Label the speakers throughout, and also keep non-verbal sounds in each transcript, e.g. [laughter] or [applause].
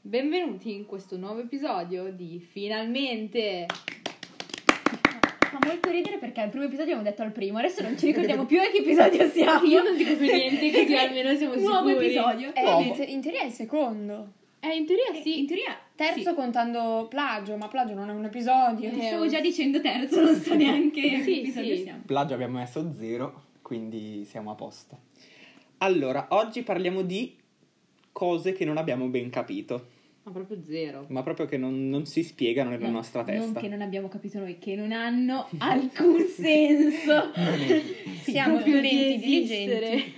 Speaker 1: Benvenuti in questo nuovo episodio di Finalmente!
Speaker 2: Fa molto ridere perché al primo episodio abbiamo detto al primo, adesso non ci ricordiamo più a che episodio siamo.
Speaker 1: Io non dico più
Speaker 2: [laughs]
Speaker 1: [laughs] niente, così almeno siamo
Speaker 2: Nuovo
Speaker 1: sicuri.
Speaker 2: episodio.
Speaker 3: Eh,
Speaker 4: Nuovo.
Speaker 3: in, te- in teoria è il secondo.
Speaker 1: Eh, in teoria sì.
Speaker 2: In teoria,
Speaker 3: Terzo
Speaker 1: Sì.
Speaker 3: contando plagio, ma plagio non è un episodio.
Speaker 1: Eh,
Speaker 2: stavo già dicendo terzo, non so neanche a che
Speaker 1: Sì,
Speaker 2: episodio
Speaker 1: sì.
Speaker 2: siamo.
Speaker 4: Plagio abbiamo messo zero, quindi siamo a posto. Allora, oggi parliamo di cose che non abbiamo ben capito,
Speaker 1: Ma proprio zero.
Speaker 4: ma proprio che non, non si spiegano nella
Speaker 2: No,
Speaker 4: nostra testa.
Speaker 2: Non che non abbiamo capito noi, che non
Speaker 4: [laughs]
Speaker 2: hanno alcun senso.
Speaker 3: Siamo
Speaker 1: Proprio di
Speaker 3: studenti
Speaker 1: esistere.
Speaker 3: diligenti,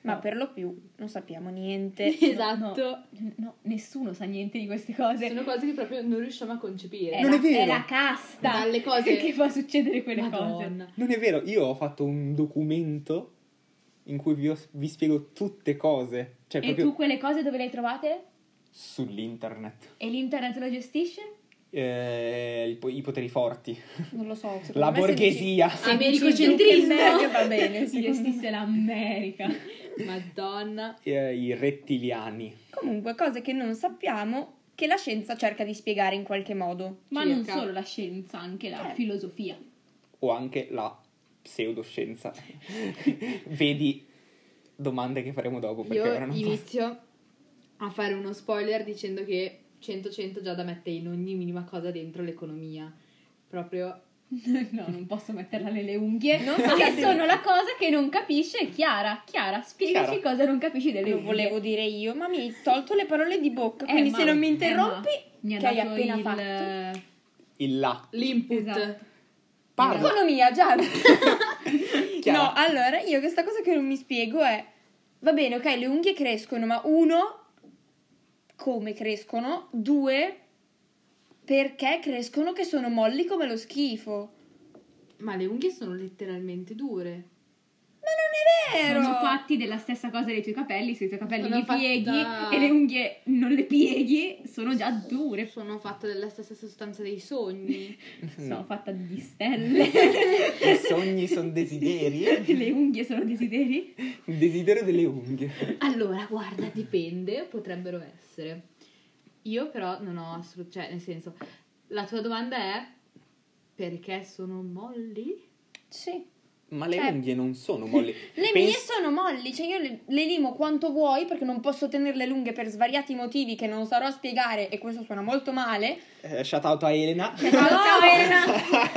Speaker 3: ma
Speaker 2: No.
Speaker 3: per lo più non sappiamo
Speaker 2: Eh,
Speaker 1: [laughs]
Speaker 3: niente.
Speaker 1: Esatto.
Speaker 2: No, nessuno sa niente di queste cose.
Speaker 1: Sono cose che proprio non riusciamo a concepire.
Speaker 3: Eh,
Speaker 2: È,
Speaker 4: Non
Speaker 2: la,
Speaker 4: è vero.
Speaker 2: è la casta
Speaker 1: Dalle cose-
Speaker 2: [laughs] che fa succedere quelle cose.
Speaker 1: Madonna.
Speaker 4: Non è vero, io ho fatto un documento in cui vi, ho- vi spiego tutte cose, cioè
Speaker 2: E
Speaker 4: proprio
Speaker 2: tu quelle cose dove le hai trovate?
Speaker 4: sull'internet.
Speaker 2: E l'internet lo gestisce?
Speaker 4: Eh, il po- I poteri forti,
Speaker 3: Non lo so. secondo
Speaker 4: la
Speaker 3: me se dici-
Speaker 4: borghesia.
Speaker 2: Ah.
Speaker 1: Americocentrismo.
Speaker 3: Zuckerberg [laughs] va bene,
Speaker 2: Si
Speaker 3: secondo me.
Speaker 2: gestisse l'America.
Speaker 1: Madonna.
Speaker 4: eh, I rettiliani.
Speaker 3: Comunque, cose che non sappiamo che la scienza cerca di spiegare in qualche modo.
Speaker 2: Ma
Speaker 1: Circa.
Speaker 2: non solo la scienza, anche la
Speaker 3: Eh.
Speaker 2: filosofia. [laughs]
Speaker 4: o anche la pseudoscienza. [laughs] Vedi domande che faremo dopo Oh, perché ora
Speaker 1: Io
Speaker 4: non posso.
Speaker 1: inizio a fare uno spoiler dicendo che 100-100 già da mettere in ogni minima cosa dentro l'economia. Proprio
Speaker 2: No, non posso metterla nelle unghie.
Speaker 3: Non so
Speaker 2: Che
Speaker 3: che-
Speaker 2: sono la cosa che non capisce Chiara. Chiara, spiegaci cosa non capisci delle
Speaker 3: Lo
Speaker 2: unghie.
Speaker 3: volevo dire io, ma mi hai tolto le parole di bocca,
Speaker 2: Eh,
Speaker 3: quindi
Speaker 2: ma-
Speaker 3: se non mi
Speaker 2: eh,
Speaker 3: interrompi,
Speaker 2: ma mi ha
Speaker 3: che hai
Speaker 2: dato
Speaker 3: appena
Speaker 2: il-
Speaker 3: fatto.
Speaker 4: Il là.
Speaker 1: l'input.
Speaker 2: Esatto.
Speaker 4: Parla.
Speaker 3: Economia, già. [laughs]
Speaker 4: Chiara.
Speaker 3: No, allora io questa cosa che non mi spiego è va bene, ok, le unghie crescono, ma uno come crescono? Due perché crescono che sono molli come lo schifo.
Speaker 1: [laughs] Ma le unghie sono letteralmente dure.
Speaker 3: Ma non è vero!
Speaker 2: Sono fatti della stessa cosa dei tuoi capelli, se i tuoi capelli
Speaker 1: Sono
Speaker 2: li
Speaker 1: fatta-
Speaker 2: pieghi e le unghie non le pieghi, sono già dure.
Speaker 1: Sono fatte della stessa sostanza dei sogni.
Speaker 2: Sono
Speaker 4: No.
Speaker 2: fatta di stelle.
Speaker 4: [laughs] I
Speaker 2: [laughs]
Speaker 4: sogni sono desideri.
Speaker 2: le unghie sono desideri?
Speaker 1: [laughs]
Speaker 4: Il desiderio delle unghie.
Speaker 1: Allora, guarda, dipende, potrebbero essere. Io però non ho assolutamente, cioè, nel senso, la tua domanda è perché sono molli?
Speaker 3: Sì.
Speaker 4: Ma le
Speaker 3: Cioè-
Speaker 4: unghie non sono molle.
Speaker 3: Le mie
Speaker 4: Pens-
Speaker 3: sono molli, cioè io le, le limo quanto vuoi perché non posso tenerle lunghe per svariati motivi che non sarò a spiegare e questo suona molto male.
Speaker 4: eh, shout out a Elena.
Speaker 2: Ciao, ciao
Speaker 4: [laughs]
Speaker 2: Elena!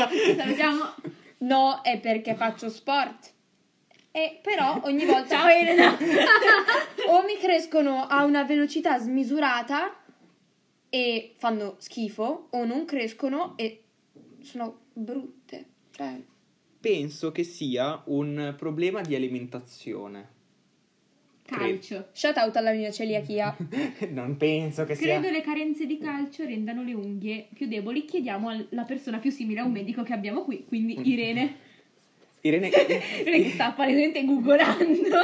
Speaker 2: Ti Salutiamo.
Speaker 3: No, è perché faccio sport. E
Speaker 1: [laughs]
Speaker 3: però ogni volta
Speaker 2: Ciao Elena!
Speaker 3: o mi crescono a una velocità smisurata e fanno schifo o non crescono e sono brutte. Cioè,
Speaker 4: Penso che sia un problema di alimentazione.
Speaker 2: Calcio.
Speaker 3: shout out alla mia celiachia.
Speaker 4: [laughs] Non penso che sia.
Speaker 2: Credo le carenze di calcio rendano le unghie più deboli. Chiediamo alla persona più simile a un medico che abbiamo qui, quindi
Speaker 4: Mm.
Speaker 2: Irene.
Speaker 4: Irene.
Speaker 2: [laughs] Irene che sta apparentemente
Speaker 4: [laughs]
Speaker 2: googolando.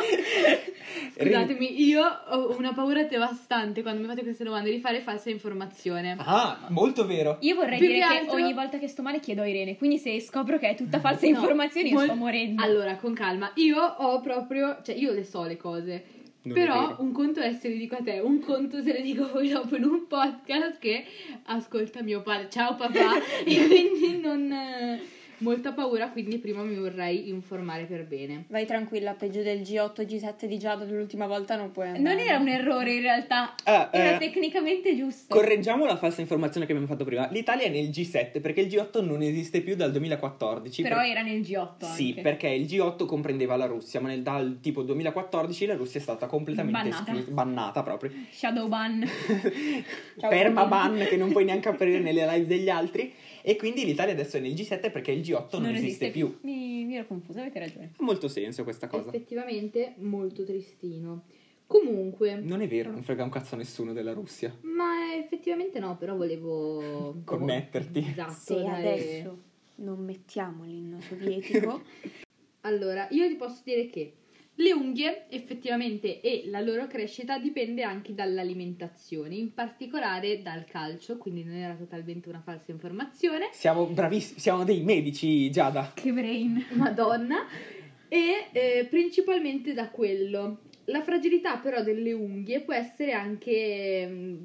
Speaker 1: Scusatemi, io ho una paura devastante quando mi fate queste domande di fare falsa informazione.
Speaker 4: Ah, molto vero.
Speaker 2: Io vorrei
Speaker 1: Più
Speaker 2: dire
Speaker 1: che
Speaker 2: che
Speaker 1: altro-
Speaker 2: ogni volta che sto male chiedo a Irene, quindi se scopro che è tutta falsa
Speaker 1: No,
Speaker 2: informazione io
Speaker 1: mol-
Speaker 2: sto morendo.
Speaker 1: Allora, con calma, io ho proprio, cioè io le so le cose.
Speaker 4: Non è
Speaker 1: però
Speaker 4: vero.
Speaker 1: un conto è se le dico a te, un conto se le dico poi dopo in un podcast che ascolta mio padre. Ciao papà.
Speaker 4: [laughs]
Speaker 1: e quindi non eh, molta paura, quindi prima mi vorrei informare per bene.
Speaker 3: Vai tranquilla, peggio del G8 e G7 di Giada dell'ultima volta non puoi andare.
Speaker 2: Non era un errore in realtà,
Speaker 4: Ah,
Speaker 2: era
Speaker 4: eh,
Speaker 2: tecnicamente giusto.
Speaker 4: Correggiamo la falsa informazione che abbiamo fatto prima. L'Italia è nel G7 perché il G8 non esiste più dal 2014.
Speaker 2: Però
Speaker 4: per-
Speaker 2: era nel G8
Speaker 4: Sì,
Speaker 2: anche.
Speaker 4: perché il G8 comprendeva la Russia, ma nel, dal tipo 2014 la Russia è stata completamente
Speaker 2: Bannata.
Speaker 4: esclusa-
Speaker 2: [laughs]
Speaker 4: bannata proprio.
Speaker 2: Shadow ban.
Speaker 3: Ciao,
Speaker 4: Permaban che non
Speaker 2: [laughs]
Speaker 4: puoi neanche aprire nelle live degli altri. E quindi l'Italia adesso è nel G7 perché il G8 non, esiste, più.
Speaker 2: Mi, mi ero confusa, avete ragione.
Speaker 4: Ha molto senso
Speaker 2: Eh
Speaker 4: questa cosa.
Speaker 1: Effettivamente molto tristino. Comunque,
Speaker 4: Non è vero, non frega un cazzo a nessuno della Russia.
Speaker 1: ma effettivamente no, però volevo
Speaker 4: Connetterti.
Speaker 1: Esatto,
Speaker 3: Se
Speaker 1: dare-
Speaker 3: adesso non mettiamo l'inno sovietico,
Speaker 1: Allora, io ti posso dire che le unghie effettivamente e la loro crescita dipende anche dall'alimentazione, in particolare dal calcio, quindi non era totalmente una falsa informazione.
Speaker 4: Siamo bravissimi, siamo dei medici, Giada.
Speaker 2: Che brain.
Speaker 1: Madonna, e eh, principalmente da quello. La fragilità però delle unghie può essere anche mm,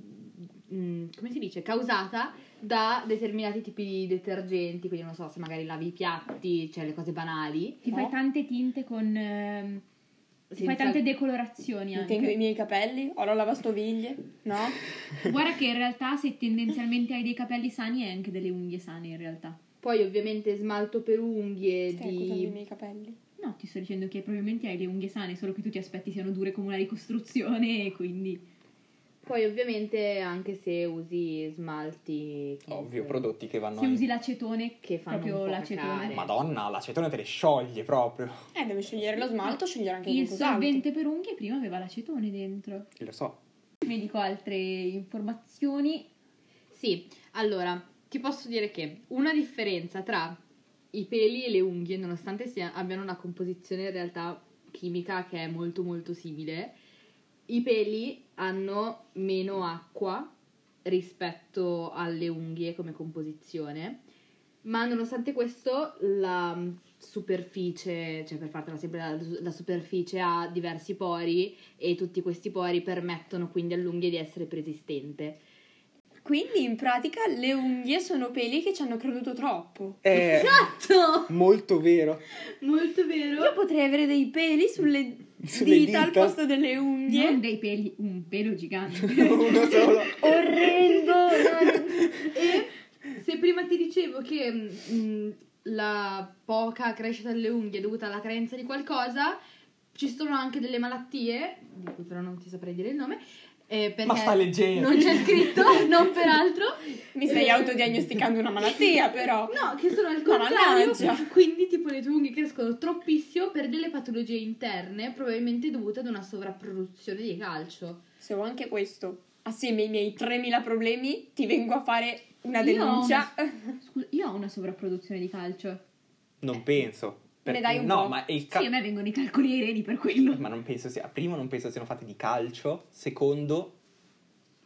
Speaker 1: mh, come si dice, causata da determinati tipi di detergenti, quindi non so se magari lavi i piatti, cioè le cose banali.
Speaker 2: Ti fai
Speaker 3: No.
Speaker 2: tante tinte con... ehm, ti fai
Speaker 1: Senza-
Speaker 2: tante decolorazioni
Speaker 3: [laughs] Mi
Speaker 2: anche.
Speaker 3: tengo i miei capelli, ho la lavastoviglie, no?
Speaker 2: Guarda che in realtà se tendenzialmente hai dei capelli sani hai anche delle unghie sane in realtà.
Speaker 1: Poi ovviamente smalto per unghie
Speaker 3: Stai accusando i
Speaker 1: Eh, di...
Speaker 3: miei capelli.
Speaker 2: No, ti sto dicendo che probabilmente hai le unghie sane, solo che tu ti aspetti siano dure come una ricostruzione e quindi...
Speaker 1: Poi ovviamente anche se usi smalti... che-
Speaker 4: Ovvio, prodotti che vanno
Speaker 2: Se
Speaker 4: in-
Speaker 2: usi l'acetone
Speaker 1: Che fanno
Speaker 2: proprio
Speaker 1: un po'
Speaker 2: l'acetone.
Speaker 1: cacare.
Speaker 4: Madonna, l'acetone te le scioglie proprio.
Speaker 3: Eh, devi scegliere lo smalto, scegliere anche
Speaker 2: Il
Speaker 3: il cos'altro.
Speaker 2: solvente per unghie prima aveva l'acetone dentro.
Speaker 4: Io Lo so.
Speaker 2: Vi dico altre informazioni.
Speaker 1: Sì, allora, ti posso dire che una differenza tra i peli e le unghie, nonostante sia- abbiano una composizione in realtà chimica che è molto molto simile, i peli hanno meno acqua rispetto alle unghie come composizione, ma nonostante questo la mm, superficie, cioè per fartela sempre la, la superficie ha diversi pori e tutti questi pori permettono quindi all'unghia di essere persistente.
Speaker 3: Quindi in pratica le unghie sono peli che ci hanno creduto troppo.
Speaker 1: [laughs]
Speaker 4: È
Speaker 1: Esatto!
Speaker 4: molto vero.
Speaker 1: Molto vero.
Speaker 3: Io potrei avere dei peli [laughs] sulle,
Speaker 4: Sulle
Speaker 3: dita al
Speaker 4: dita.
Speaker 3: posto delle unghie.
Speaker 2: Non dei peli, un pelo gigante.
Speaker 4: Uno solo.
Speaker 3: Orrendo! no,
Speaker 1: E se prima ti dicevo che mh, la poca crescita delle unghie è dovuta alla carenza di qualcosa, ci sono anche delle malattie, di cui però non ti saprei dire il nome, eh, perché
Speaker 4: Ma stai leggendo.
Speaker 1: non c'è
Speaker 4: [laughs]
Speaker 1: scritto, non peraltro.
Speaker 3: Mi stai
Speaker 1: Eh,
Speaker 3: autodiagnosticando
Speaker 1: [laughs]
Speaker 3: una malattia, però.
Speaker 1: No, che sono al
Speaker 3: Ma
Speaker 1: contrario,
Speaker 3: mannaggia.
Speaker 1: quindi tipo le tue unghie crescono troppissimo per delle patologie interne, probabilmente dovute ad una sovrapproduzione di calcio.
Speaker 3: Se ho anche questo, assieme ai miei 3000 problemi, ti vengo a fare una
Speaker 2: Io ho
Speaker 3: denuncia. [laughs]
Speaker 2: Scusa, io ho una sovrapproduzione di calcio.
Speaker 4: Non penso.
Speaker 3: Ne dai un
Speaker 4: no,
Speaker 3: po'.
Speaker 4: ma è il
Speaker 2: Sì, a
Speaker 4: calcio.
Speaker 2: me vengono i calcoli ai reni per quello.
Speaker 4: Ma non penso sia. Primo, non penso siano fatti di calcio. Secondo,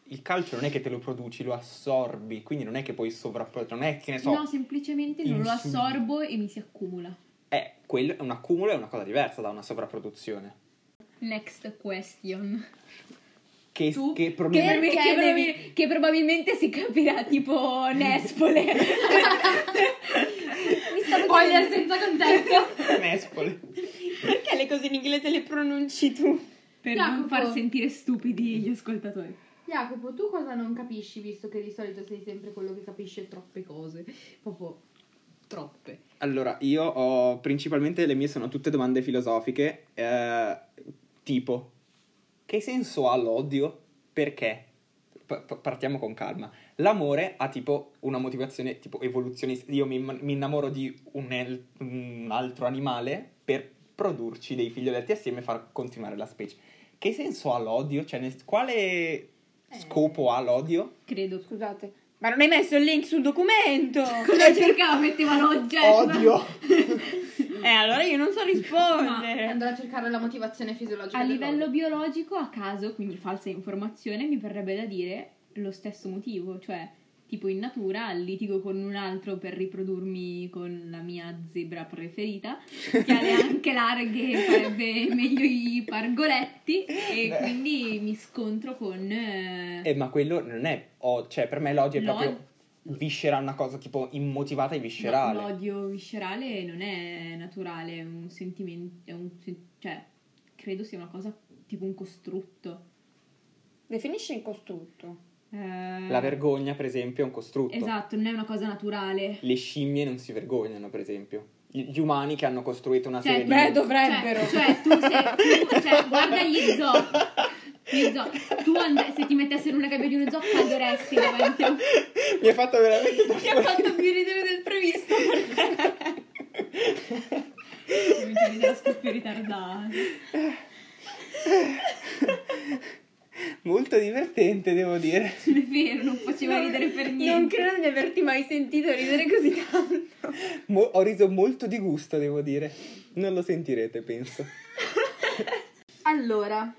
Speaker 4: il calcio non è che te lo produci, lo assorbi. Quindi non è che puoi sovrapporre. Non è che ne so.
Speaker 2: No, semplicemente non lo
Speaker 4: Insulina.
Speaker 2: assorbo e mi si accumula.
Speaker 4: Eh, quello è un accumulo, è una cosa diversa da una sovrapproduzione.
Speaker 2: Next question.
Speaker 4: Che,
Speaker 1: Tu-
Speaker 4: che
Speaker 2: Che,
Speaker 4: problema. [laughs]
Speaker 3: Perché
Speaker 2: che
Speaker 3: devi-
Speaker 2: probabil- che probabilmente si capirà tipo Nespole.
Speaker 3: Mi stavo
Speaker 1: Spoiler
Speaker 3: chiedendo
Speaker 1: senza contesto.
Speaker 4: Nespoli.
Speaker 3: perché le cose in inglese le pronunci tu.
Speaker 2: per
Speaker 1: Jacopo.
Speaker 2: non far sentire stupidi gli ascoltatori.
Speaker 1: Jacopo, tu cosa non capisci visto che di solito sei sempre quello che capisce troppe cose? Proprio troppe.
Speaker 4: Allora, io ho principalmente le mie sono tutte domande filosofiche, eh, tipo che senso ha l'odio? Perché? P- p- partiamo con calma. L'amore ha tipo una motivazione tipo evoluzionista. Io mi, mi innamoro di un, el- un altro animale per produrci dei figlioletti assieme e far continuare la specie. Che senso ha l'odio? Cioè, nel-
Speaker 2: Eh.
Speaker 4: quale scopo ha l'odio?
Speaker 2: Credo.
Speaker 3: Scusate, ma non hai messo il link sul [laughs] documento?
Speaker 2: Cosa cercava? Metteva l'oggetto.
Speaker 4: Odio!
Speaker 2: [laughs]
Speaker 3: eh, allora io non so rispondere.
Speaker 1: Andrò Eh. a cercare la motivazione fisiologica.
Speaker 2: A
Speaker 1: del
Speaker 2: livello
Speaker 1: loro.
Speaker 2: biologico, a caso, quindi falsa informazione, mi verrebbe da dire lo stesso motivo, cioè tipo in natura litigo con un altro per riprodurmi con la mia zebra preferita, che
Speaker 4: [laughs]
Speaker 2: ha le anche larghe, farebbe meglio i pargoletti e
Speaker 4: Beh.
Speaker 2: quindi mi scontro con... eh,
Speaker 4: Eh, ma quello non è. o- cioè, per me l'odio è
Speaker 2: L'od-
Speaker 4: proprio viscerale, una cosa tipo immotivata e
Speaker 2: No,
Speaker 4: viscerale.
Speaker 2: l'odio viscerale non è naturale, è un sentimento, è un sen- cioè credo sia una cosa tipo un costrutto.
Speaker 3: Definisci in costrutto.
Speaker 2: Eh,
Speaker 4: La vergogna, per esempio, è un costrutto.
Speaker 2: Esatto, non è una cosa naturale.
Speaker 4: Le scimmie non si vergognano, per esempio. Gli gli umani che hanno costruito una
Speaker 2: Cioè,
Speaker 4: serie
Speaker 2: tu-
Speaker 3: Beh,
Speaker 4: di.
Speaker 3: dovrebbero.
Speaker 2: Cioè, cioè, tu sei, tu- cioè, guarda gli zoo. Gli zoo. Tu and- se ti mettessero in una gabbia di uno zoo, cadresti davanti a un...
Speaker 4: Mi ha fatto veramente.
Speaker 3: Ti ha fatto più ridere del previsto.
Speaker 2: Mi viene della scoppia ritardata.
Speaker 4: [laughs] Molto divertente, devo dire.
Speaker 2: Non è vero, non faceva ridere per
Speaker 3: Non
Speaker 2: niente.
Speaker 3: credo di averti mai sentito ridere così tanto.
Speaker 4: Mo- ho riso molto di gusto, devo dire. Non lo sentirete, penso.
Speaker 1: Allora,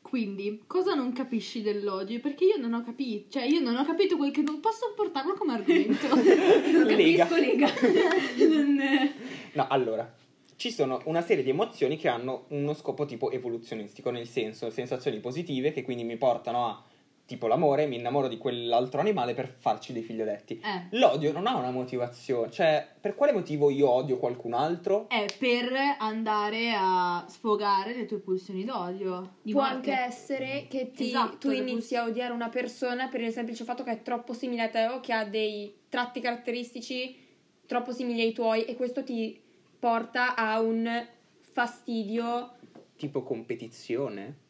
Speaker 1: quindi, cosa non capisci dell'odio? Perché io non ho capito, cioè io non ho capito quel che non posso portarlo come argomento. [laughs]
Speaker 2: Non
Speaker 4: Lega.
Speaker 2: capisco, lega.
Speaker 3: [laughs]
Speaker 2: Non, eh,
Speaker 4: No, allora, ci sono una serie di emozioni che hanno uno scopo tipo evoluzionistico, nel senso sensazioni positive che quindi mi portano a Tipo l'amore, mi innamoro di quell'altro animale per farci dei figlioletti.
Speaker 1: Eh.
Speaker 4: L'odio non ha una motivazione, cioè per quale motivo io odio qualcun altro?
Speaker 1: È per andare a sfogare le tue pulsioni d'odio. Di
Speaker 3: Può
Speaker 1: morte.
Speaker 3: anche essere che ti-
Speaker 1: Esatto,
Speaker 3: tu
Speaker 1: le
Speaker 3: inizi a odiare una persona per il semplice fatto che è troppo simile a te o che ha dei tratti caratteristici troppo simili ai tuoi e questo ti porta a un fastidio.
Speaker 4: Tipo competizione?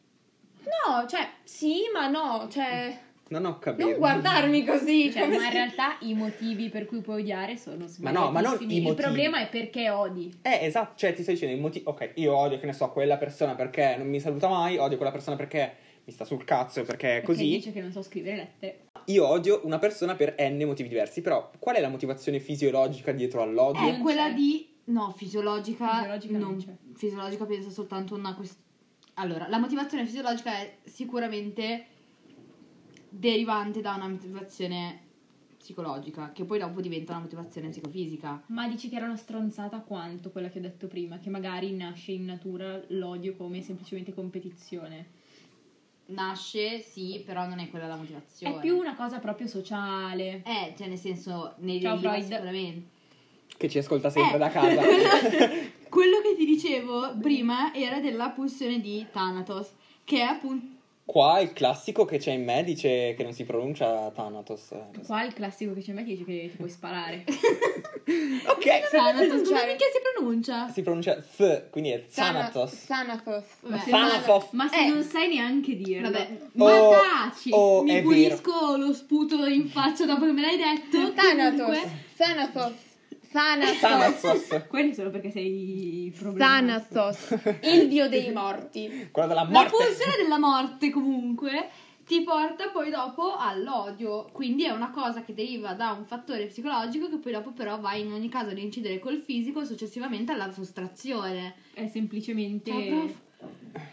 Speaker 3: No, cioè, sì, ma no, cioè,
Speaker 4: Non ho capito.
Speaker 3: non guardarmi così.
Speaker 2: Cioè,
Speaker 3: come
Speaker 2: ma in
Speaker 3: se-
Speaker 2: realtà i motivi per cui puoi odiare sono
Speaker 4: Ma no, ma non i
Speaker 2: sbagliatissimi. Il
Speaker 4: motivi.
Speaker 2: problema è perché odi.
Speaker 4: Eh, esatto, cioè ti stai dicendo il motivo. Ok, io odio, che ne so, quella persona perché non mi saluta mai, odio quella persona perché mi sta sul cazzo, perché è
Speaker 2: Perché
Speaker 4: così.
Speaker 2: dice che non so scrivere lettere.
Speaker 4: Io odio una persona per n motivi diversi, però qual è la motivazione fisiologica dietro all'odio?
Speaker 1: È
Speaker 2: Non
Speaker 1: quella
Speaker 2: c'è.
Speaker 1: di... No, fisiologica...
Speaker 2: Fisiologica non c'è.
Speaker 1: Fisiologica pensa soltanto a una questione... Allora, la motivazione fisiologica è sicuramente derivante da una motivazione psicologica, che poi dopo diventa una motivazione psicofisica.
Speaker 2: Ma dici che era una stronzata quanto quella che ho detto prima, che magari nasce in natura l'odio come semplicemente competizione.
Speaker 1: Nasce, sì, però non è quella la motivazione.
Speaker 2: È più una cosa proprio sociale.
Speaker 1: Eh, cioè nel senso, ne
Speaker 2: Ciao,
Speaker 1: deriva
Speaker 2: Freud.
Speaker 1: sicuramente.
Speaker 4: Che ci ascolta sempre
Speaker 1: Eh. [laughs]
Speaker 4: da casa.
Speaker 1: Quello che ti dicevo prima era della pulsione di Thanatos, che è appunto...
Speaker 4: Qua il classico che c'è in me dice che non si pronuncia Thanatos. eh,
Speaker 2: Qua il classico che c'è in me che dice che ti puoi sparare.
Speaker 4: Ok,
Speaker 1: Thanatos, come
Speaker 3: pronunciare.
Speaker 1: minchia si pronuncia?
Speaker 4: si pronuncia th, quindi è Thanatos.
Speaker 3: Thanatos.
Speaker 1: Vabbè.
Speaker 2: Se
Speaker 4: Fan
Speaker 2: non-
Speaker 4: of off.
Speaker 2: ma se
Speaker 1: Eh.
Speaker 2: non sai neanche dirlo.
Speaker 1: Vabbè,
Speaker 4: Oh,
Speaker 1: ma taci!
Speaker 4: oh, è
Speaker 1: Mi
Speaker 4: vero.
Speaker 1: pulisco lo sputo in faccia dopo che me l'hai detto.
Speaker 3: Thanatos.
Speaker 1: Comunque,
Speaker 3: Thanatos. Thanatos.
Speaker 4: Thanatos.
Speaker 2: Quello solo perché sei problematico.
Speaker 3: Thanatos. Il dio dei morti.
Speaker 4: Quella della
Speaker 1: La
Speaker 4: morte.
Speaker 1: pulsione della morte comunque ti porta poi dopo all'odio, quindi è una cosa che deriva da un fattore psicologico che poi dopo però va in ogni caso ad incidere col fisico e successivamente alla frustrazione.
Speaker 2: È semplicemente...
Speaker 1: Ciao, prof.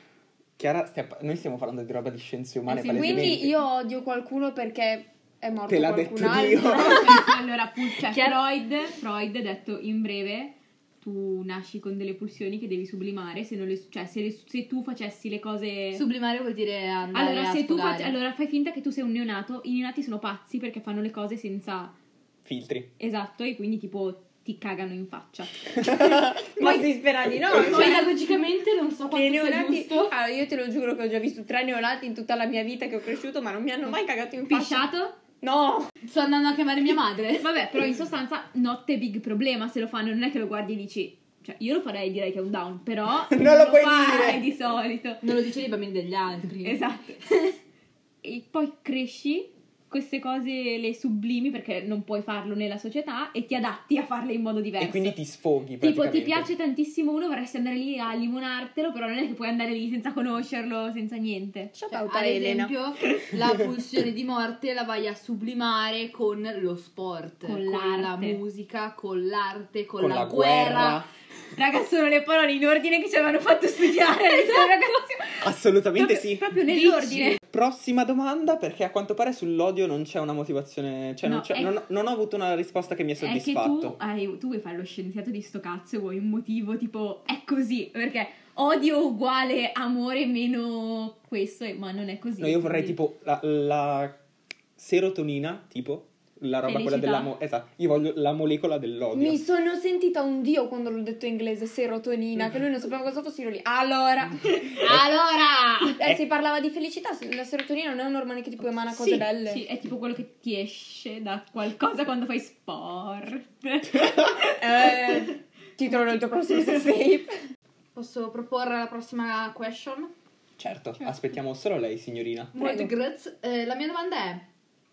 Speaker 4: Chiara, stia- noi stiamo parlando di roba di scienze umane.
Speaker 2: Eh sì,
Speaker 4: palesemente.
Speaker 3: Quindi io odio qualcuno perché è morto
Speaker 4: Te l'ha
Speaker 3: qualcun
Speaker 4: detto
Speaker 3: altro.
Speaker 4: [laughs]
Speaker 3: [laughs]
Speaker 4: Dio.
Speaker 2: allora, appunto, cioè,
Speaker 1: Chiaro.
Speaker 2: Freud, Freud ha detto in breve tu nasci con delle pulsioni che devi sublimare, se, non le, cioè, se, le- se tu facessi le cose...
Speaker 1: Sublimare vuol dire andare
Speaker 2: allora,
Speaker 1: a
Speaker 2: se tu
Speaker 1: sfogare.
Speaker 2: fac- allora, fai finta che tu sei un neonato, i neonati sono pazzi perché fanno le cose senza... [laughs]
Speaker 4: Filtri.
Speaker 2: Esatto, e quindi tipo ti cagano in faccia.
Speaker 3: Poi si spera di no.
Speaker 1: Poi
Speaker 3: cioè,
Speaker 1: pedagogicamente non so
Speaker 3: che
Speaker 1: quanto sia
Speaker 3: neonati.
Speaker 1: giusto.
Speaker 3: Ah, io te lo giuro che ho già visto tre neonati in tutta la mia vita che ho cresciuto, ma non mi hanno mai cagato in faccia.
Speaker 2: Pisciato?
Speaker 3: No.
Speaker 1: Sto andando a chiamare mia madre.
Speaker 2: Vabbè, però in sostanza notte big problema se lo fanno, non è che lo guardi e dici... Cioè, io lo farei direi che è un down, però...
Speaker 4: [laughs] Non lo puoi
Speaker 2: fai
Speaker 4: dire.
Speaker 2: di solito.
Speaker 1: Non lo dice ai bambini degli altri.
Speaker 2: Esatto. e poi cresci, queste cose le sublimi perché non puoi farlo nella società e ti adatti a farle in modo diverso.
Speaker 4: E quindi ti sfoghi
Speaker 2: Tipo, ti
Speaker 4: praticamente.
Speaker 2: piace tantissimo uno, vorresti andare lì a limonartelo, però non è che puoi andare lì senza conoscerlo, senza niente.
Speaker 3: Ciao,
Speaker 1: Cioè, ad esempio, la pulsione di morte la vai a sublimare con lo sport,
Speaker 2: Con
Speaker 1: la
Speaker 2: l'arte.
Speaker 1: musica, con l'arte, con,
Speaker 4: Con
Speaker 1: la,
Speaker 4: la
Speaker 1: guerra.
Speaker 4: guerra.
Speaker 2: Raga, sono le parole in ordine che ci avevano fatto studiare. ragazzi.
Speaker 4: Assolutamente
Speaker 2: Proprio,
Speaker 4: sì.
Speaker 2: proprio nell'ordine.
Speaker 4: Prossima domanda, perché a quanto pare sull'odio non c'è una motivazione, cioè non,
Speaker 2: No,
Speaker 4: c'è-
Speaker 2: è-
Speaker 4: non- non ho avuto una risposta che mi ha
Speaker 2: È che tu,
Speaker 4: soddisfatto.
Speaker 2: hai- tu vuoi fare lo scienziato di sto cazzo e vuoi un motivo tipo è così, perché odio uguale amore meno questo, e- ma non è così.
Speaker 4: No, io vorrei
Speaker 2: quindi-
Speaker 4: tipo la, la serotonina, tipo la roba
Speaker 2: Felicità.
Speaker 4: quella della mo- esatto, io voglio la molecola dell'odio.
Speaker 3: Mi sono sentita un dio quando l'ho detto in inglese serotonina, che lui non sapeva cosa fosse io lì.
Speaker 4: [laughs]
Speaker 3: Allora,
Speaker 1: Allora!
Speaker 3: eh, si parlava di felicità, la serotonina non è un ormone che ti può emana cose
Speaker 2: Sì,
Speaker 3: belle.
Speaker 2: sì, è tipo quello che ti esce da qualcosa quando fai sport.
Speaker 4: [laughs]
Speaker 3: Eh, titolo del tuo prossimo safe.
Speaker 1: Posso proporre la prossima question?
Speaker 4: Certo,
Speaker 2: Certo.
Speaker 4: aspettiamo solo lei, signorina.
Speaker 1: Molto grazie. Eh, la mia domanda è: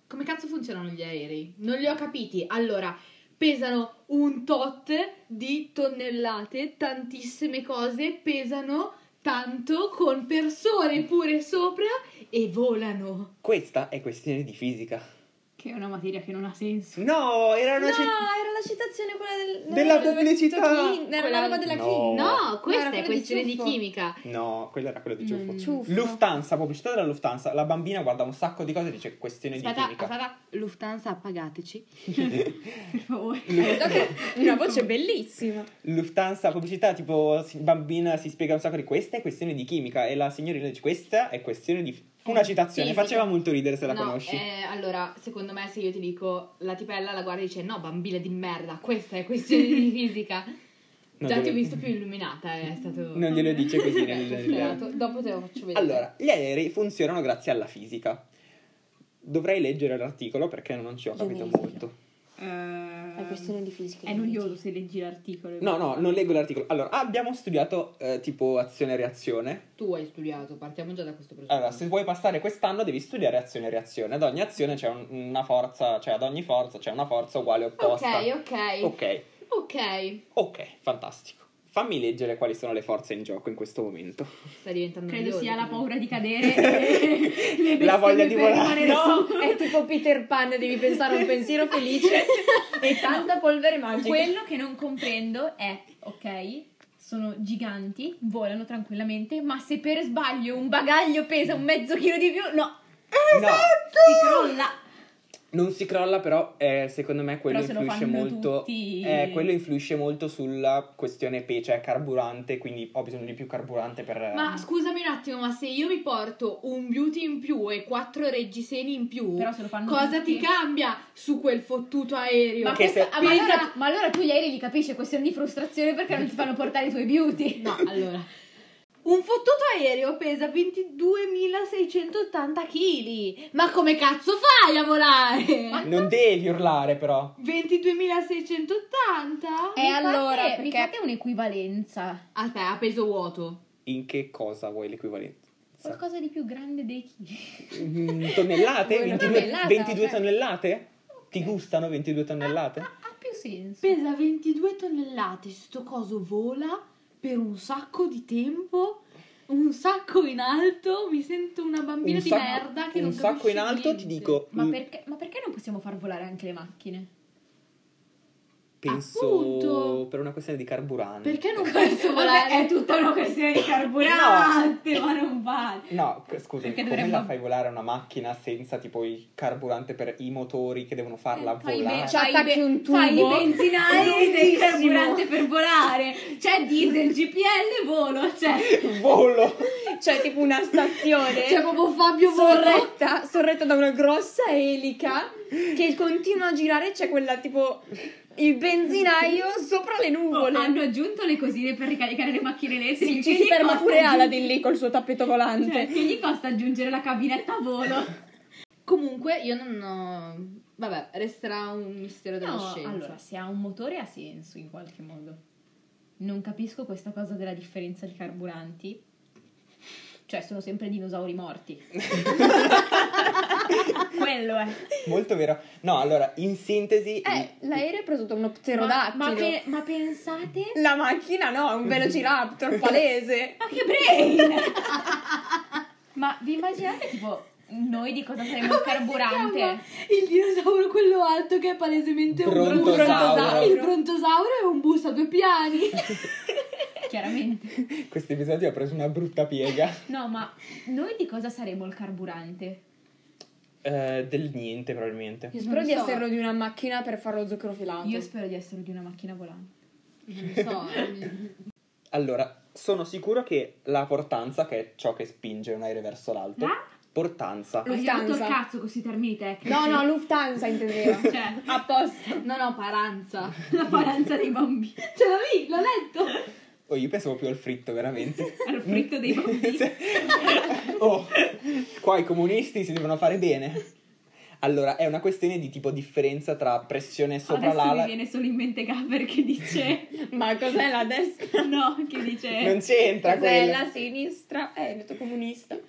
Speaker 1: come cazzo funzionano gli aerei? Non li ho capiti. Allora, pesano un tot di tonnellate, tantissime cose, pesano tanto con persone pure sopra e volano.
Speaker 4: Questa è questione di fisica.
Speaker 2: Che è una materia che non ha senso.
Speaker 4: No, era
Speaker 3: No,
Speaker 4: una citt-
Speaker 3: era la citazione quella del,
Speaker 4: Della
Speaker 3: dove-
Speaker 4: pubblicità.
Speaker 3: King, era
Speaker 1: Quella-
Speaker 3: la roba della
Speaker 4: No.
Speaker 3: King.
Speaker 1: No,
Speaker 3: era
Speaker 1: questa è
Speaker 3: quello di
Speaker 1: questione di,
Speaker 3: ciuffo.
Speaker 1: chimica.
Speaker 4: No, quella era quella di ciuffo.
Speaker 2: Mm.
Speaker 3: Ciuffo.
Speaker 4: Lufthansa, pubblicità della Lufthansa. La bambina guarda un sacco di cose e dice questione
Speaker 1: Aspetta,
Speaker 4: di chimica.
Speaker 1: aspetta, Lufthansa, pagateci.
Speaker 2: Per favore.
Speaker 3: Guardate, Una voce bellissima.
Speaker 4: Lufthansa, pubblicità, tipo si- bambina si spiega un sacco di questa è questione di chimica e la signorina dice questa è questione di... Una citazione,
Speaker 1: Eh, Sì, sì,
Speaker 4: faceva
Speaker 1: sì.
Speaker 4: molto ridere se la
Speaker 1: No,
Speaker 4: conosci.
Speaker 1: eh, allora, secondo me, se io ti dico la tipella, la guardi e dice: No, bambina di merda, questa è questione
Speaker 4: [laughs]
Speaker 1: di fisica.
Speaker 4: Non
Speaker 1: Già ti ho
Speaker 4: glielo-
Speaker 1: visto più illuminata, eh, è stato.
Speaker 4: Non
Speaker 1: [laughs]
Speaker 4: glielo dice
Speaker 1: Eh,
Speaker 4: così nel-
Speaker 1: ci ho sperato. Dopo te lo faccio vedere.
Speaker 4: Allora, gli aerei funzionano grazie alla fisica. Dovrei leggere l'articolo perché non ci ho
Speaker 3: Io
Speaker 4: capito
Speaker 3: mi rifiuto.
Speaker 4: molto.
Speaker 3: È questione di fisica.
Speaker 2: È noioso se leggi l'articolo.
Speaker 4: No, no, non leggo l'articolo. Allora, abbiamo studiato eh, tipo azione e reazione.
Speaker 1: tu hai studiato, partiamo già da questo presupposto.
Speaker 4: Allora, se vuoi passare quest'anno devi studiare azione e reazione. Ad ogni azione c'è un- una forza, cioè ad ogni forza c'è una forza uguale o opposta.
Speaker 1: Ok, ok. Ok.
Speaker 4: ok. Ok, fantastico. Fammi leggere quali sono le forze in gioco in questo momento.
Speaker 1: Sta diventando
Speaker 2: Credo
Speaker 1: noioso,
Speaker 2: sia la
Speaker 1: quindi.
Speaker 2: paura di
Speaker 4: [laughs]
Speaker 2: cadere e le
Speaker 4: La voglia
Speaker 2: bestemmie
Speaker 4: di
Speaker 2: per
Speaker 4: volare.
Speaker 2: rimanere
Speaker 4: No!
Speaker 2: su.
Speaker 3: È tipo Peter Pan, devi pensare a un pensiero felice [laughs] e tanta polvere magica.
Speaker 2: Quello che non comprendo è, ok, sono giganti, volano tranquillamente, ma se per sbaglio un bagaglio pesa un mezzo chilo di più, no,
Speaker 4: No,
Speaker 3: esatto!
Speaker 2: si crolla.
Speaker 4: non si crolla, però eh, secondo me quello
Speaker 2: Però se lo
Speaker 4: influisce
Speaker 2: fanno
Speaker 4: molto.
Speaker 2: tutti-
Speaker 4: eh, quello influisce molto sulla questione P, cioè carburante, quindi ho bisogno di più carburante per. eh,
Speaker 1: Ma scusami un attimo, ma se io mi porto un beauty in più e quattro reggiseni in più,
Speaker 2: Però se lo fanno
Speaker 1: cosa
Speaker 2: tutti.
Speaker 1: ti cambia su quel fottuto aereo?
Speaker 2: Ma,
Speaker 4: Che
Speaker 2: questa-
Speaker 4: se-
Speaker 2: ah, ma
Speaker 1: Pesa-
Speaker 2: allora, ma allora tu gli aerei li capisci, questione di frustrazione perché non ti fanno portare i tuoi
Speaker 3: [laughs]
Speaker 2: beauty.
Speaker 1: No, allora. Un fottuto aereo pesa 22.680 kg. Ma come cazzo fai a volare?
Speaker 4: Non devi urlare, però.
Speaker 1: 22.680?
Speaker 2: E
Speaker 3: allora,
Speaker 2: allora, mi
Speaker 3: perché-
Speaker 2: fate un'equivalenza,
Speaker 1: Aspetta, ha peso vuoto.
Speaker 4: In che cosa vuoi l'equivalenza?
Speaker 2: qualcosa di più grande dei chili.
Speaker 4: Mm, tonnellate?
Speaker 3: Vuoi
Speaker 4: 22,
Speaker 3: una tonnellata,
Speaker 4: 22
Speaker 3: ok.
Speaker 4: tonnellate? Ti gustano 22 tonnellate?
Speaker 2: Ha più senso.
Speaker 1: Pesa 22 tonnellate. Sto coso vola per un sacco di tempo. Un sacco in alto. Mi sento una bambina
Speaker 4: Un
Speaker 1: di
Speaker 4: sacco-
Speaker 1: merda che
Speaker 4: un
Speaker 1: non
Speaker 4: sacco
Speaker 1: capisce
Speaker 4: in alto ti
Speaker 1: niente.
Speaker 4: dico
Speaker 2: Ma
Speaker 4: mm,
Speaker 2: perché, ma perché non possiamo far volare anche le macchine?
Speaker 4: penso
Speaker 1: appunto.
Speaker 4: per una questione di carburante
Speaker 1: Perché non
Speaker 2: [laughs]
Speaker 1: posso volare?
Speaker 2: Vabbè, è tutta una questione di carburante, ma non vale.
Speaker 4: No, c- scusa,
Speaker 2: Perché
Speaker 4: come
Speaker 2: dovremmo-
Speaker 4: la fai volare una macchina senza tipo il carburante per i motori che devono farla
Speaker 2: Fai
Speaker 4: volare?
Speaker 2: ben-
Speaker 3: Ci
Speaker 2: fai
Speaker 3: attacchi
Speaker 2: ben-
Speaker 3: un tubo.
Speaker 2: Fai i benzinai del
Speaker 3: Lunghissimo.
Speaker 2: carburante per volare. C'è diesel, GPL, volo, cioè...
Speaker 4: Volo! [laughs]
Speaker 3: Cioè, tipo una stazione.
Speaker 1: C'è Cioè, proprio Fabio Vorrei.
Speaker 3: sorretta, sorretta da una grossa elica che continua a girare. C'è quella tipo il benzinaio sopra le
Speaker 2: Oh,
Speaker 3: nuvole.
Speaker 2: hanno aggiunto le cosine per ricaricare le macchine elettriche.
Speaker 3: ah, Sì, Oh,
Speaker 2: che
Speaker 3: ci si
Speaker 2: gli
Speaker 3: ferma
Speaker 2: costa
Speaker 3: pure
Speaker 2: aggiungere-
Speaker 3: Aladdin lì col suo tappeto volante.
Speaker 2: Cioè, che gli costa aggiungere la cabinetta a volo?
Speaker 1: Comunque, io non ho. Vabbè, resterà un mistero della scienza. [laughs]
Speaker 2: allora, se ha un motore ha senso in qualche modo. Non capisco questa cosa della differenza di carburanti. Cioè, sono sempre
Speaker 1: [laughs]
Speaker 2: dinosauri morti. Quello è.
Speaker 4: Molto vero. No, allora, in sintesi...
Speaker 3: Eh, l'aereo è preso da uno
Speaker 2: Ma,
Speaker 3: pterodattilo.
Speaker 2: ma pe- ma pensate...
Speaker 3: La macchina no, è
Speaker 4: [laughs]
Speaker 3: un velociraptor palese.
Speaker 2: Ma che brain! ma vi immaginate tipo noi di cosa saremmo il carburante?
Speaker 1: Il dinosauro, quello alto che è palesemente un
Speaker 4: Brontosauro.
Speaker 1: brontosauro. Il brontosauro è un bus a due
Speaker 4: [laughs]
Speaker 1: piani.
Speaker 2: Chiaramente.
Speaker 4: [laughs] Questo episodio ha preso una brutta piega. [laughs]
Speaker 2: No, ma noi di cosa saremmo il carburante?
Speaker 4: Eh, del niente, probabilmente.
Speaker 1: Io
Speaker 3: Spero di esserlo di una macchina per farlo zucchero filato.
Speaker 2: Io spero di essere di una macchina volante.
Speaker 1: Non so.
Speaker 4: Allora, sono sicuro che la portanza, che è ciò che spinge un aereo verso l'alto...
Speaker 2: Ah?
Speaker 4: Portanza.
Speaker 2: Hai fatto il
Speaker 3: Lufthansa.
Speaker 2: cazzo con questi termini tecnici.
Speaker 3: No, [laughs] no, Lufthansa intendeva.
Speaker 2: Cioè,
Speaker 3: Apposta.
Speaker 1: No, no, paranza.
Speaker 2: la paranza dei bambini.
Speaker 1: Ce
Speaker 4: Cioè,
Speaker 1: l'ho lì, l'ho letto.
Speaker 4: Oh, io pensavo più al fritto, veramente.
Speaker 2: [laughs] Al fritto dei
Speaker 4: [laughs]
Speaker 2: bambini.
Speaker 4: Se- oh, qua i comunisti si devono fare bene. Allora, è una questione di tipo differenza tra pressione sopra
Speaker 2: Adesso mi
Speaker 4: l'ala...
Speaker 2: viene solo in mente Gabber che dice...
Speaker 3: Ma cos'è la destra?
Speaker 2: No, che dice...
Speaker 4: Non c'entra
Speaker 3: Cos'è
Speaker 4: quella.
Speaker 3: la sinistra? Eh, hai detto comunista.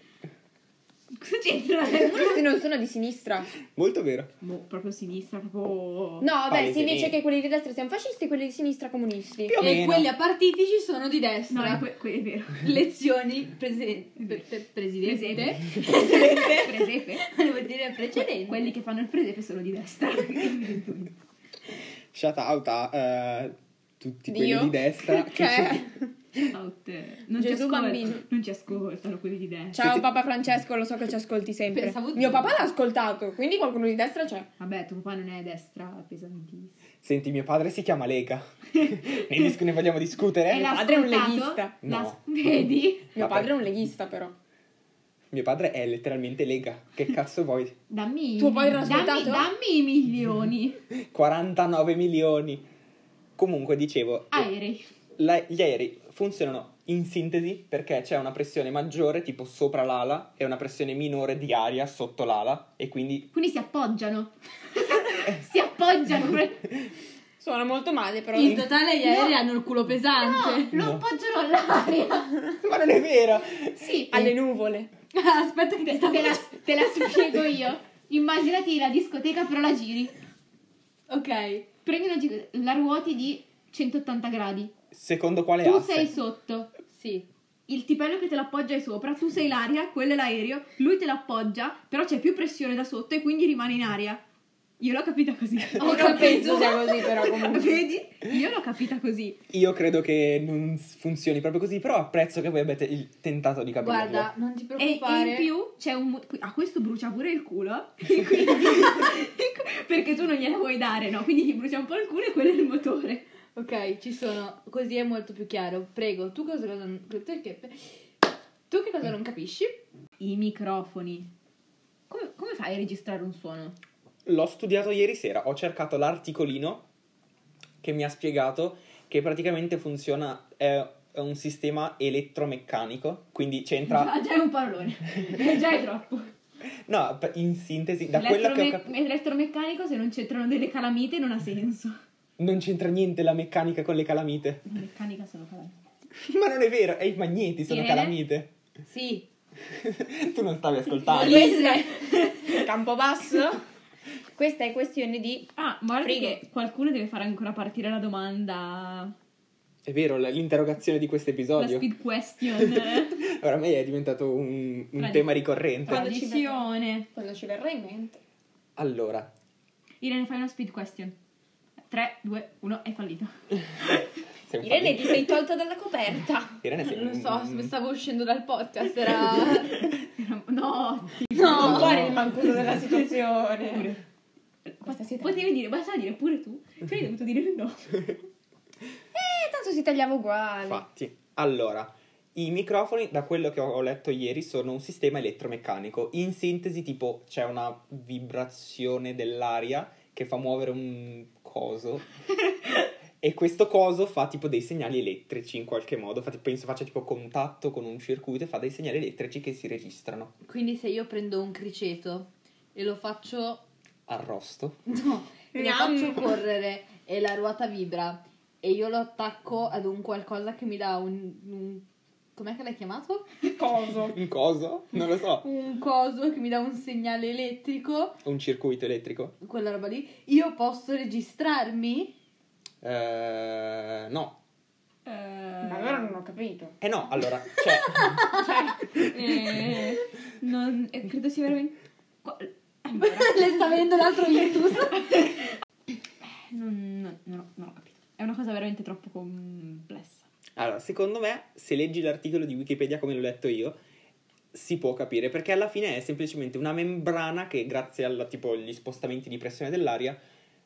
Speaker 2: Cosa c'entra?
Speaker 3: Questi non sono di sinistra.
Speaker 4: Molto vero.
Speaker 2: Boh, proprio sinistra, proprio...
Speaker 3: No, vabbè, si
Speaker 4: Palesemente.
Speaker 3: dice che quelli di destra siano fascisti e quelli di sinistra comunisti.
Speaker 4: Più o
Speaker 1: E
Speaker 4: meno.
Speaker 1: quelli a partiti ci sono di
Speaker 2: No,
Speaker 1: destra.
Speaker 2: è, que- que- è vero.
Speaker 1: Lezioni prese- pre- pre-
Speaker 2: Presepe.
Speaker 1: presidente.
Speaker 2: Presepe.
Speaker 1: Volevo dire precedente.
Speaker 2: Quelli che fanno il presepe sono di destra.
Speaker 4: Shout out a eh, tutti
Speaker 3: Dio.
Speaker 4: quelli
Speaker 2: [laughs]
Speaker 4: di destra. che
Speaker 2: Cioè.
Speaker 4: ci-
Speaker 3: [laughs] Che...
Speaker 2: Out. Non ci
Speaker 3: Gesù
Speaker 2: ascoltano.
Speaker 3: bambino.
Speaker 2: Non ci ascoltano quelli di destra.
Speaker 3: Ciao Papa Francesco, lo so che ci ascolti sempre.
Speaker 1: Pensavo-
Speaker 3: Mio papà l'ha ascoltato, quindi qualcuno di destra c'è.
Speaker 2: Vabbè, tuo papà non è destra, pesantissimo.
Speaker 4: Senti, mio padre si
Speaker 2: [laughs]
Speaker 4: chiama Lega. ne, dis- ne vogliamo discutere?
Speaker 3: la- padre è un leghista.
Speaker 4: No.
Speaker 2: Vedi?
Speaker 4: Ma
Speaker 3: Mio padre è
Speaker 4: per-
Speaker 3: un leghista però.
Speaker 4: Mio padre è letteralmente Lega. Che cazzo vuoi?
Speaker 2: Dammi,
Speaker 3: Tuo padre l'ha
Speaker 2: dammi,
Speaker 3: ascoltato?
Speaker 2: dammi i milioni.
Speaker 4: 49 milioni. Comunque, dicevo,
Speaker 2: Aerei.
Speaker 4: la- gli aerei funzionano in sintesi perché c'è una pressione maggiore tipo sopra l'ala e una pressione minore di aria sotto l'ala e quindi [laughs]
Speaker 2: Quindi si [laughs] appoggiano. si appoggiano.
Speaker 3: Suona molto male, però.
Speaker 1: In totale gli aerei
Speaker 2: No.
Speaker 1: hanno il culo
Speaker 2: No,
Speaker 1: pesante.
Speaker 2: lo
Speaker 4: No.
Speaker 2: appoggiano all'aria.
Speaker 4: Ma non è vero!
Speaker 2: Sì.
Speaker 3: Alle nuvole.
Speaker 1: [laughs] Aspetta che ti sta
Speaker 2: Te la, te la spiego io. Immaginati la discoteca però la giri.
Speaker 1: Ok.
Speaker 2: Prendi una gi- la ruoti di 180 gradi.
Speaker 4: Secondo
Speaker 3: Eh,
Speaker 4: quale
Speaker 2: tu
Speaker 4: asse?
Speaker 2: sei sotto.
Speaker 1: Sì.
Speaker 2: Il tipello che te l'appoggia è sopra, tu sei l'aria, quello è l'aereo, lui te l'appoggia, però c'è più pressione da sotto e quindi rimane in aria. Io l'ho capita così.
Speaker 3: Io non penso sia così, però comunque.
Speaker 2: Vedi? Io l'ho capita così.
Speaker 4: Io credo che non funzioni proprio così, però apprezzo che voi abbiate il tentato di capirlo.
Speaker 1: Guarda, non ti
Speaker 2: E
Speaker 1: preoccupare.
Speaker 2: in più c'è un. mo- A questo brucia pure il culo. [laughs] e quindi- perché tu non gliela vuoi dare, no? Quindi gli brucia un po' il culo e quello è il motore.
Speaker 1: Ok, ci sono. Così è molto più chiaro. Prego, tu cosa non... perché- Tu che cosa non capisci?
Speaker 2: I microfoni. Come, come fai a registrare un suono?
Speaker 4: L'ho studiato ieri sera, ho cercato l'articolino che mi ha spiegato che praticamente funziona, è è un sistema elettromeccanico, quindi
Speaker 2: [laughs]
Speaker 4: c'entra...
Speaker 2: Già, già è un parolone. E già è troppo.
Speaker 4: No, p- in sintesi, da quello che ho capito...
Speaker 2: Elettrome- Elettromeccanico, se non c'entrano delle calamite, non ha senso.
Speaker 4: Non c'entra niente la meccanica con le calamite. [laughs]
Speaker 2: La meccanica sono calamite.
Speaker 4: Ma non è vero, è i magneti sono
Speaker 2: Irene?
Speaker 4: calamite. [laughs]
Speaker 1: Sì.
Speaker 4: tu non stavi
Speaker 1: [laughs]
Speaker 4: ascoltando.
Speaker 3: Questa è... [laughs] Campobasso? Questa è questione di...
Speaker 2: Ah, guarda
Speaker 3: Frigo.
Speaker 2: che qualcuno deve fare ancora partire la domanda.
Speaker 4: È vero, l- l'interrogazione di questo
Speaker 2: La
Speaker 4: episodio.
Speaker 2: speed
Speaker 4: [laughs]
Speaker 2: question.
Speaker 4: Oramai è diventato un, un
Speaker 2: Tradizione.
Speaker 4: tema ricorrente.
Speaker 3: Quando ci verrà.
Speaker 2: Tradizione.
Speaker 3: Quando ci verrà in mente.
Speaker 4: Allora,
Speaker 2: Irene, fai una speed question. 3, 2, 1, è fallito. [laughs]
Speaker 4: sei un
Speaker 3: Irene,
Speaker 4: fallito.
Speaker 3: ti sei tolta dalla coperta.
Speaker 4: Irene sei
Speaker 1: Non lo
Speaker 4: un-
Speaker 1: so, stavo uscendo dal podcast,
Speaker 2: [laughs]
Speaker 1: era...
Speaker 2: No,
Speaker 3: No, non fare il mancuso della situazione. Questa si taglia.
Speaker 2: potevi dire, basta dire pure tu. Tu hai dovuto dire no.
Speaker 3: Eh, tanto si tagliava uguale.
Speaker 4: Infatti, allora, i microfoni, da quello che ho letto ieri, sono un sistema elettromeccanico. In sintesi, tipo, c'è una vibrazione dell'aria che fa muovere un coso. e questo coso fa tipo dei segnali elettrici in qualche modo. Infatti, penso faccia tipo contatto con un circuito e fa dei segnali elettrici che si registrano.
Speaker 1: Quindi se io prendo un criceto e lo faccio...
Speaker 4: Arrosto.
Speaker 1: No, e lo
Speaker 3: Gnam.
Speaker 1: faccio correre e la ruota vibra e io lo attacco ad un qualcosa che mi dà un... un- Com'è che l'hai chiamato?
Speaker 3: Coso.
Speaker 4: Un coso? Non lo so.
Speaker 1: Un coso che mi dà un segnale elettrico,
Speaker 4: Un circuito elettrico?
Speaker 1: quella roba lì. Io posso registrarmi?
Speaker 4: Eh, no.
Speaker 2: Eh,
Speaker 3: ho capito.
Speaker 4: Eh no, allora, cioè...
Speaker 2: eh, non- eh, credo sia veramente... Qua- Allora,
Speaker 1: [laughs] Le sta venendo un altro Virtus.
Speaker 2: non, non- non ho- non ho capito. È una cosa veramente troppo complessa.
Speaker 4: Allora, secondo me, se leggi l'articolo di Wikipedia come l'ho letto io, si può capire, perché alla fine è semplicemente una membrana che, grazie alla- tipo, agli spostamenti di pressione dell'aria,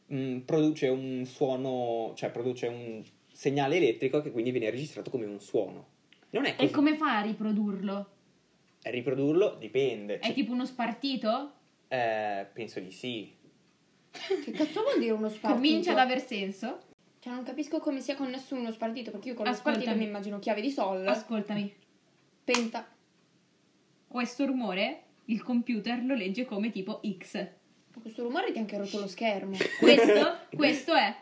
Speaker 4: mh, produce un suono, cioè produce un segnale elettrico che quindi viene registrato come un suono. Non è
Speaker 2: E
Speaker 4: così.
Speaker 2: come fa a riprodurlo?
Speaker 4: Riprodurlo dipende.
Speaker 2: È
Speaker 4: Cioè,
Speaker 2: tipo uno spartito?
Speaker 4: eh, penso di sì.
Speaker 3: Che cazzo vuol dire uno spartito?
Speaker 2: Comincia ad aver senso?
Speaker 3: Cioè, non capisco come sia connesso uno spartito, perché io con lo
Speaker 2: Ascoltami.
Speaker 3: spartito mi immagino chiave di sol,
Speaker 2: Ascoltami,
Speaker 3: penta.
Speaker 2: questo rumore il computer lo legge come tipo X.
Speaker 3: Ma Questo rumore ti ha anche rotto lo [laughs] schermo.
Speaker 2: [laughs] Questo, questo è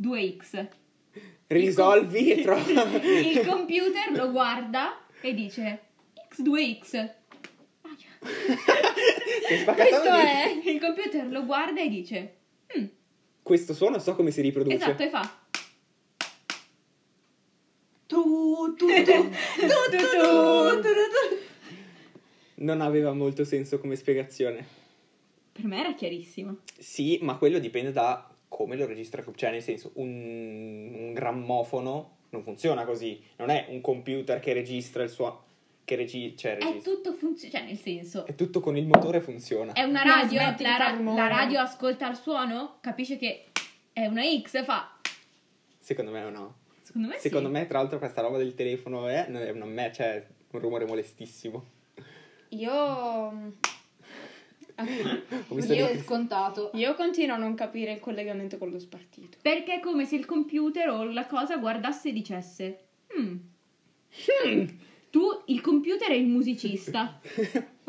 Speaker 2: 2X.
Speaker 4: [laughs] Risolvi e
Speaker 2: Il
Speaker 4: trovi. [laughs]
Speaker 2: computer lo guarda e dice X2X. Aia.
Speaker 4: Sei spaccato
Speaker 3: Questo
Speaker 4: di-
Speaker 3: è...
Speaker 2: Il computer lo guarda e dice "Mm,
Speaker 4: Questo suono so come si riproduce.
Speaker 2: Esatto, e fa
Speaker 1: Tu, tu, tu.
Speaker 2: tu, tu, tu, tu, tu, tu.
Speaker 4: Non aveva molto senso come spiegazione.
Speaker 2: Per me era chiarissimo.
Speaker 4: Sì, ma quello dipende da come lo registra, cioè nel senso un, un grammofono non funziona così, non è un computer che registra il suo che regi- cioè,
Speaker 2: È
Speaker 4: registra.
Speaker 2: tutto funzionale, cioè nel senso
Speaker 4: È tutto con il motore funziona.
Speaker 2: è una
Speaker 3: No,
Speaker 2: radio,
Speaker 3: smetti di
Speaker 2: la,
Speaker 3: far
Speaker 2: ra-
Speaker 3: rumore.
Speaker 2: la radio ascolta il suono, capisce che è una X e fa
Speaker 4: Secondo me no.
Speaker 2: Secondo me
Speaker 4: Secondo
Speaker 2: Eh sì.
Speaker 4: me tra l'altro questa roba del telefono è, non è una me, cioè un rumore molestissimo.
Speaker 3: Io...
Speaker 2: Ah,
Speaker 4: [laughs] Ho visto
Speaker 1: Io
Speaker 4: lì-
Speaker 1: è scontato.
Speaker 3: Io continuo a non capire il collegamento con lo spartito.
Speaker 2: Perché è come se il computer o la cosa guardasse e dicesse: "Hmm,
Speaker 3: Hmm."
Speaker 2: Tu, il computer è il musicista, ok?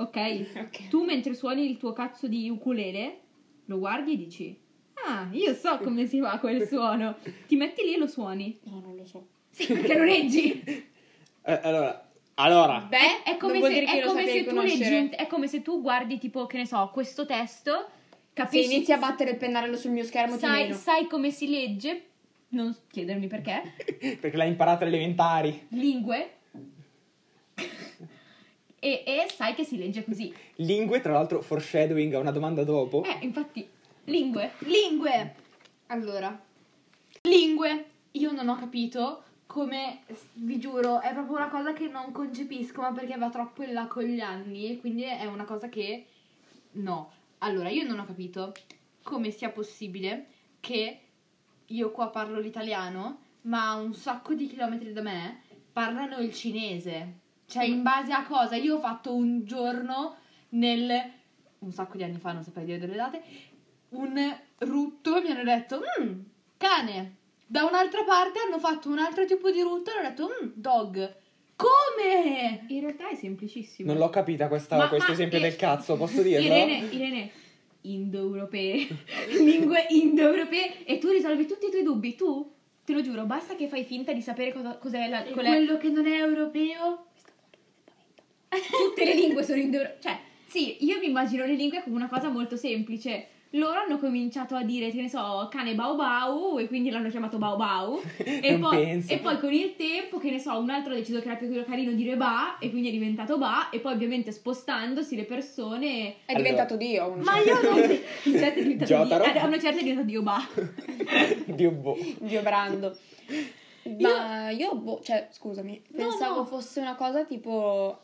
Speaker 3: Ok.
Speaker 2: Tu mentre suoni il tuo cazzo di ukulele, lo guardi e dici: Ah, io so come si fa quel suono. Ti metti lì e lo suoni.
Speaker 3: No, non lo so.
Speaker 2: Sì,
Speaker 3: [laughs]
Speaker 2: perché lo leggi.
Speaker 4: [laughs] Eh, allora, allora,
Speaker 3: Beh,
Speaker 2: È come,
Speaker 3: non vuol
Speaker 2: se,
Speaker 3: dire che
Speaker 2: è
Speaker 3: lo
Speaker 2: come
Speaker 3: sapevi
Speaker 2: se tu leggi,
Speaker 3: conoscere.
Speaker 2: un- è come se tu guardi, tipo, che ne so, questo testo,
Speaker 3: Se
Speaker 2: capisci.
Speaker 3: inizi a battere il pennarello sul mio schermo, ti
Speaker 2: sai,
Speaker 3: meno.
Speaker 2: sai come si legge, non chiedermi perché.
Speaker 4: perché l'hai imparata alle elementari.
Speaker 2: lingue [laughs] e, e sai che si legge così.
Speaker 4: Lingue, tra l'altro, foreshadowing a una domanda dopo.
Speaker 2: Eh, infatti, lingue.
Speaker 1: Lingue! Allora, lingue! Io non ho capito come, vi giuro, è proprio una cosa che non concepisco, ma perché va troppo in là con gli anni e quindi è una cosa che... No. Allora, io non ho capito come sia possibile che io qua parlo l'italiano, ma a un sacco di chilometri da me parlano il cinese. Cioè, in base a cosa? Io ho fatto un giorno nel... un sacco di anni fa, non saprei dire delle date, un rutto e mi hanno detto "Mm, cane. Da un'altra parte hanno fatto un altro tipo di rutto e hanno detto "Mm, dog. Come?
Speaker 2: In realtà è semplicissimo.
Speaker 4: Non l'ho capita questa,
Speaker 2: Ma-
Speaker 4: questo
Speaker 2: ma-
Speaker 4: esempio
Speaker 2: eh,
Speaker 4: del cazzo, posso dirlo?
Speaker 2: Irene, Irene, indoeuropee, [laughs] lingue indoeuropee e tu risolvi tutti i tuoi dubbi, tu? Te lo giuro, basta che fai finta di sapere cosa, cos'è la...
Speaker 1: E
Speaker 2: qual è-
Speaker 1: quello che non è europeo?
Speaker 2: Tutte le lingue sono indoeuropee. Cioè, sì, io mi immagino le lingue come una cosa molto semplice. Loro hanno cominciato a dire, che ne so, cane Bau Bau e quindi l'hanno chiamato Bau
Speaker 4: [laughs]
Speaker 2: Bau. E,
Speaker 4: Non
Speaker 2: poi,
Speaker 4: penso.
Speaker 2: e poi con il tempo, che ne so, un altro ha deciso che era più carino dire Ba e quindi è diventato Ba e poi ovviamente spostandosi le persone...
Speaker 3: È
Speaker 4: Allora.
Speaker 3: diventato Dio. non
Speaker 2: Ma
Speaker 4: [laughs]
Speaker 3: so.
Speaker 2: io non... [laughs] Un certo è diventato Dio,
Speaker 4: Giotaro.
Speaker 2: a una certa è diventato Dio Ba.
Speaker 4: [laughs] Dio boh.
Speaker 3: Dio Brando. Ma io, boh, cioè, scusami, pensavo
Speaker 2: no.
Speaker 3: fosse una cosa tipo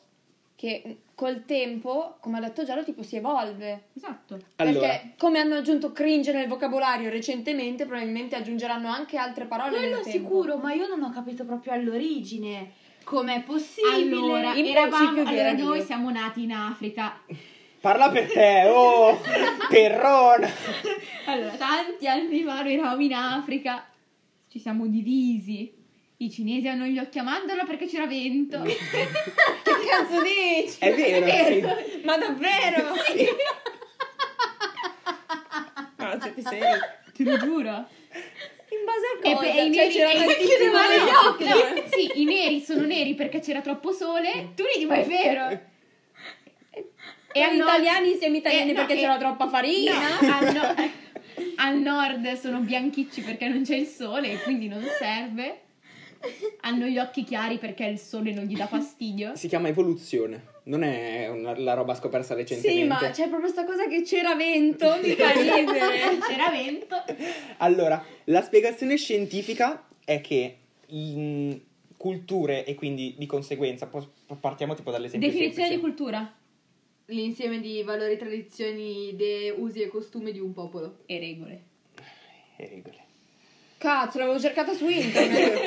Speaker 3: che col tempo, come ha detto Giallo, tipo si evolve.
Speaker 2: Esatto.
Speaker 4: Allora,
Speaker 3: Perché come hanno aggiunto cringe nel vocabolario recentemente, probabilmente aggiungeranno anche altre parole
Speaker 1: Quello
Speaker 3: nel tempo.
Speaker 1: sicuro, ma io non ho capito proprio all'origine com'è possibile.
Speaker 2: Allora,
Speaker 3: in
Speaker 2: eravamo,
Speaker 3: principio vi era
Speaker 2: allora noi
Speaker 3: Dio.
Speaker 2: siamo nati in Africa,
Speaker 4: parla per te, oh, terrona.
Speaker 2: Allora, tanti anni fa noi eravamo in Africa, ci siamo divisi. I cinesi hanno gli occhi a mandorla perché c'era vento.
Speaker 3: Che cazzo dici?
Speaker 4: È vero, sì.
Speaker 3: Ma davvero? No, se ti sei.
Speaker 2: Te lo giuro.
Speaker 3: In base
Speaker 2: E,
Speaker 3: a cosa? Cioè,
Speaker 2: pe- e i neri
Speaker 3: c'era
Speaker 2: e i-
Speaker 3: tantissimo-
Speaker 2: no,
Speaker 3: No,
Speaker 2: [laughs] no, Sì, i neri sono neri perché c'era troppo sole. Tu ridi, ma è vero.
Speaker 3: E agli
Speaker 2: Hanno-
Speaker 3: italiani siamo italiani
Speaker 2: Eh, no,
Speaker 3: perché
Speaker 2: eh,
Speaker 3: c'era troppa farina.
Speaker 2: No, al, no- eh, al nord sono bianchicci perché non c'è il sole e quindi non serve. Hanno gli occhi chiari perché il sole non gli dà fastidio.
Speaker 4: Si chiama evoluzione, non è una- la roba scopersa recentemente.
Speaker 3: Sì, ma cioè c'è proprio questa cosa che c'era vento, mi fa [laughs] ridere.
Speaker 2: C'era vento.
Speaker 4: Allora, la spiegazione scientifica è che in culture e quindi di conseguenza, po- partiamo tipo dall'esempio
Speaker 2: Definizione di
Speaker 4: semplice.
Speaker 2: cultura.
Speaker 1: [laughs] L'insieme di valori, tradizioni, idee, usi e costumi di un popolo.
Speaker 2: e regole.
Speaker 4: E Eh, regole.
Speaker 3: Cazzo, l'avevo cercata su internet.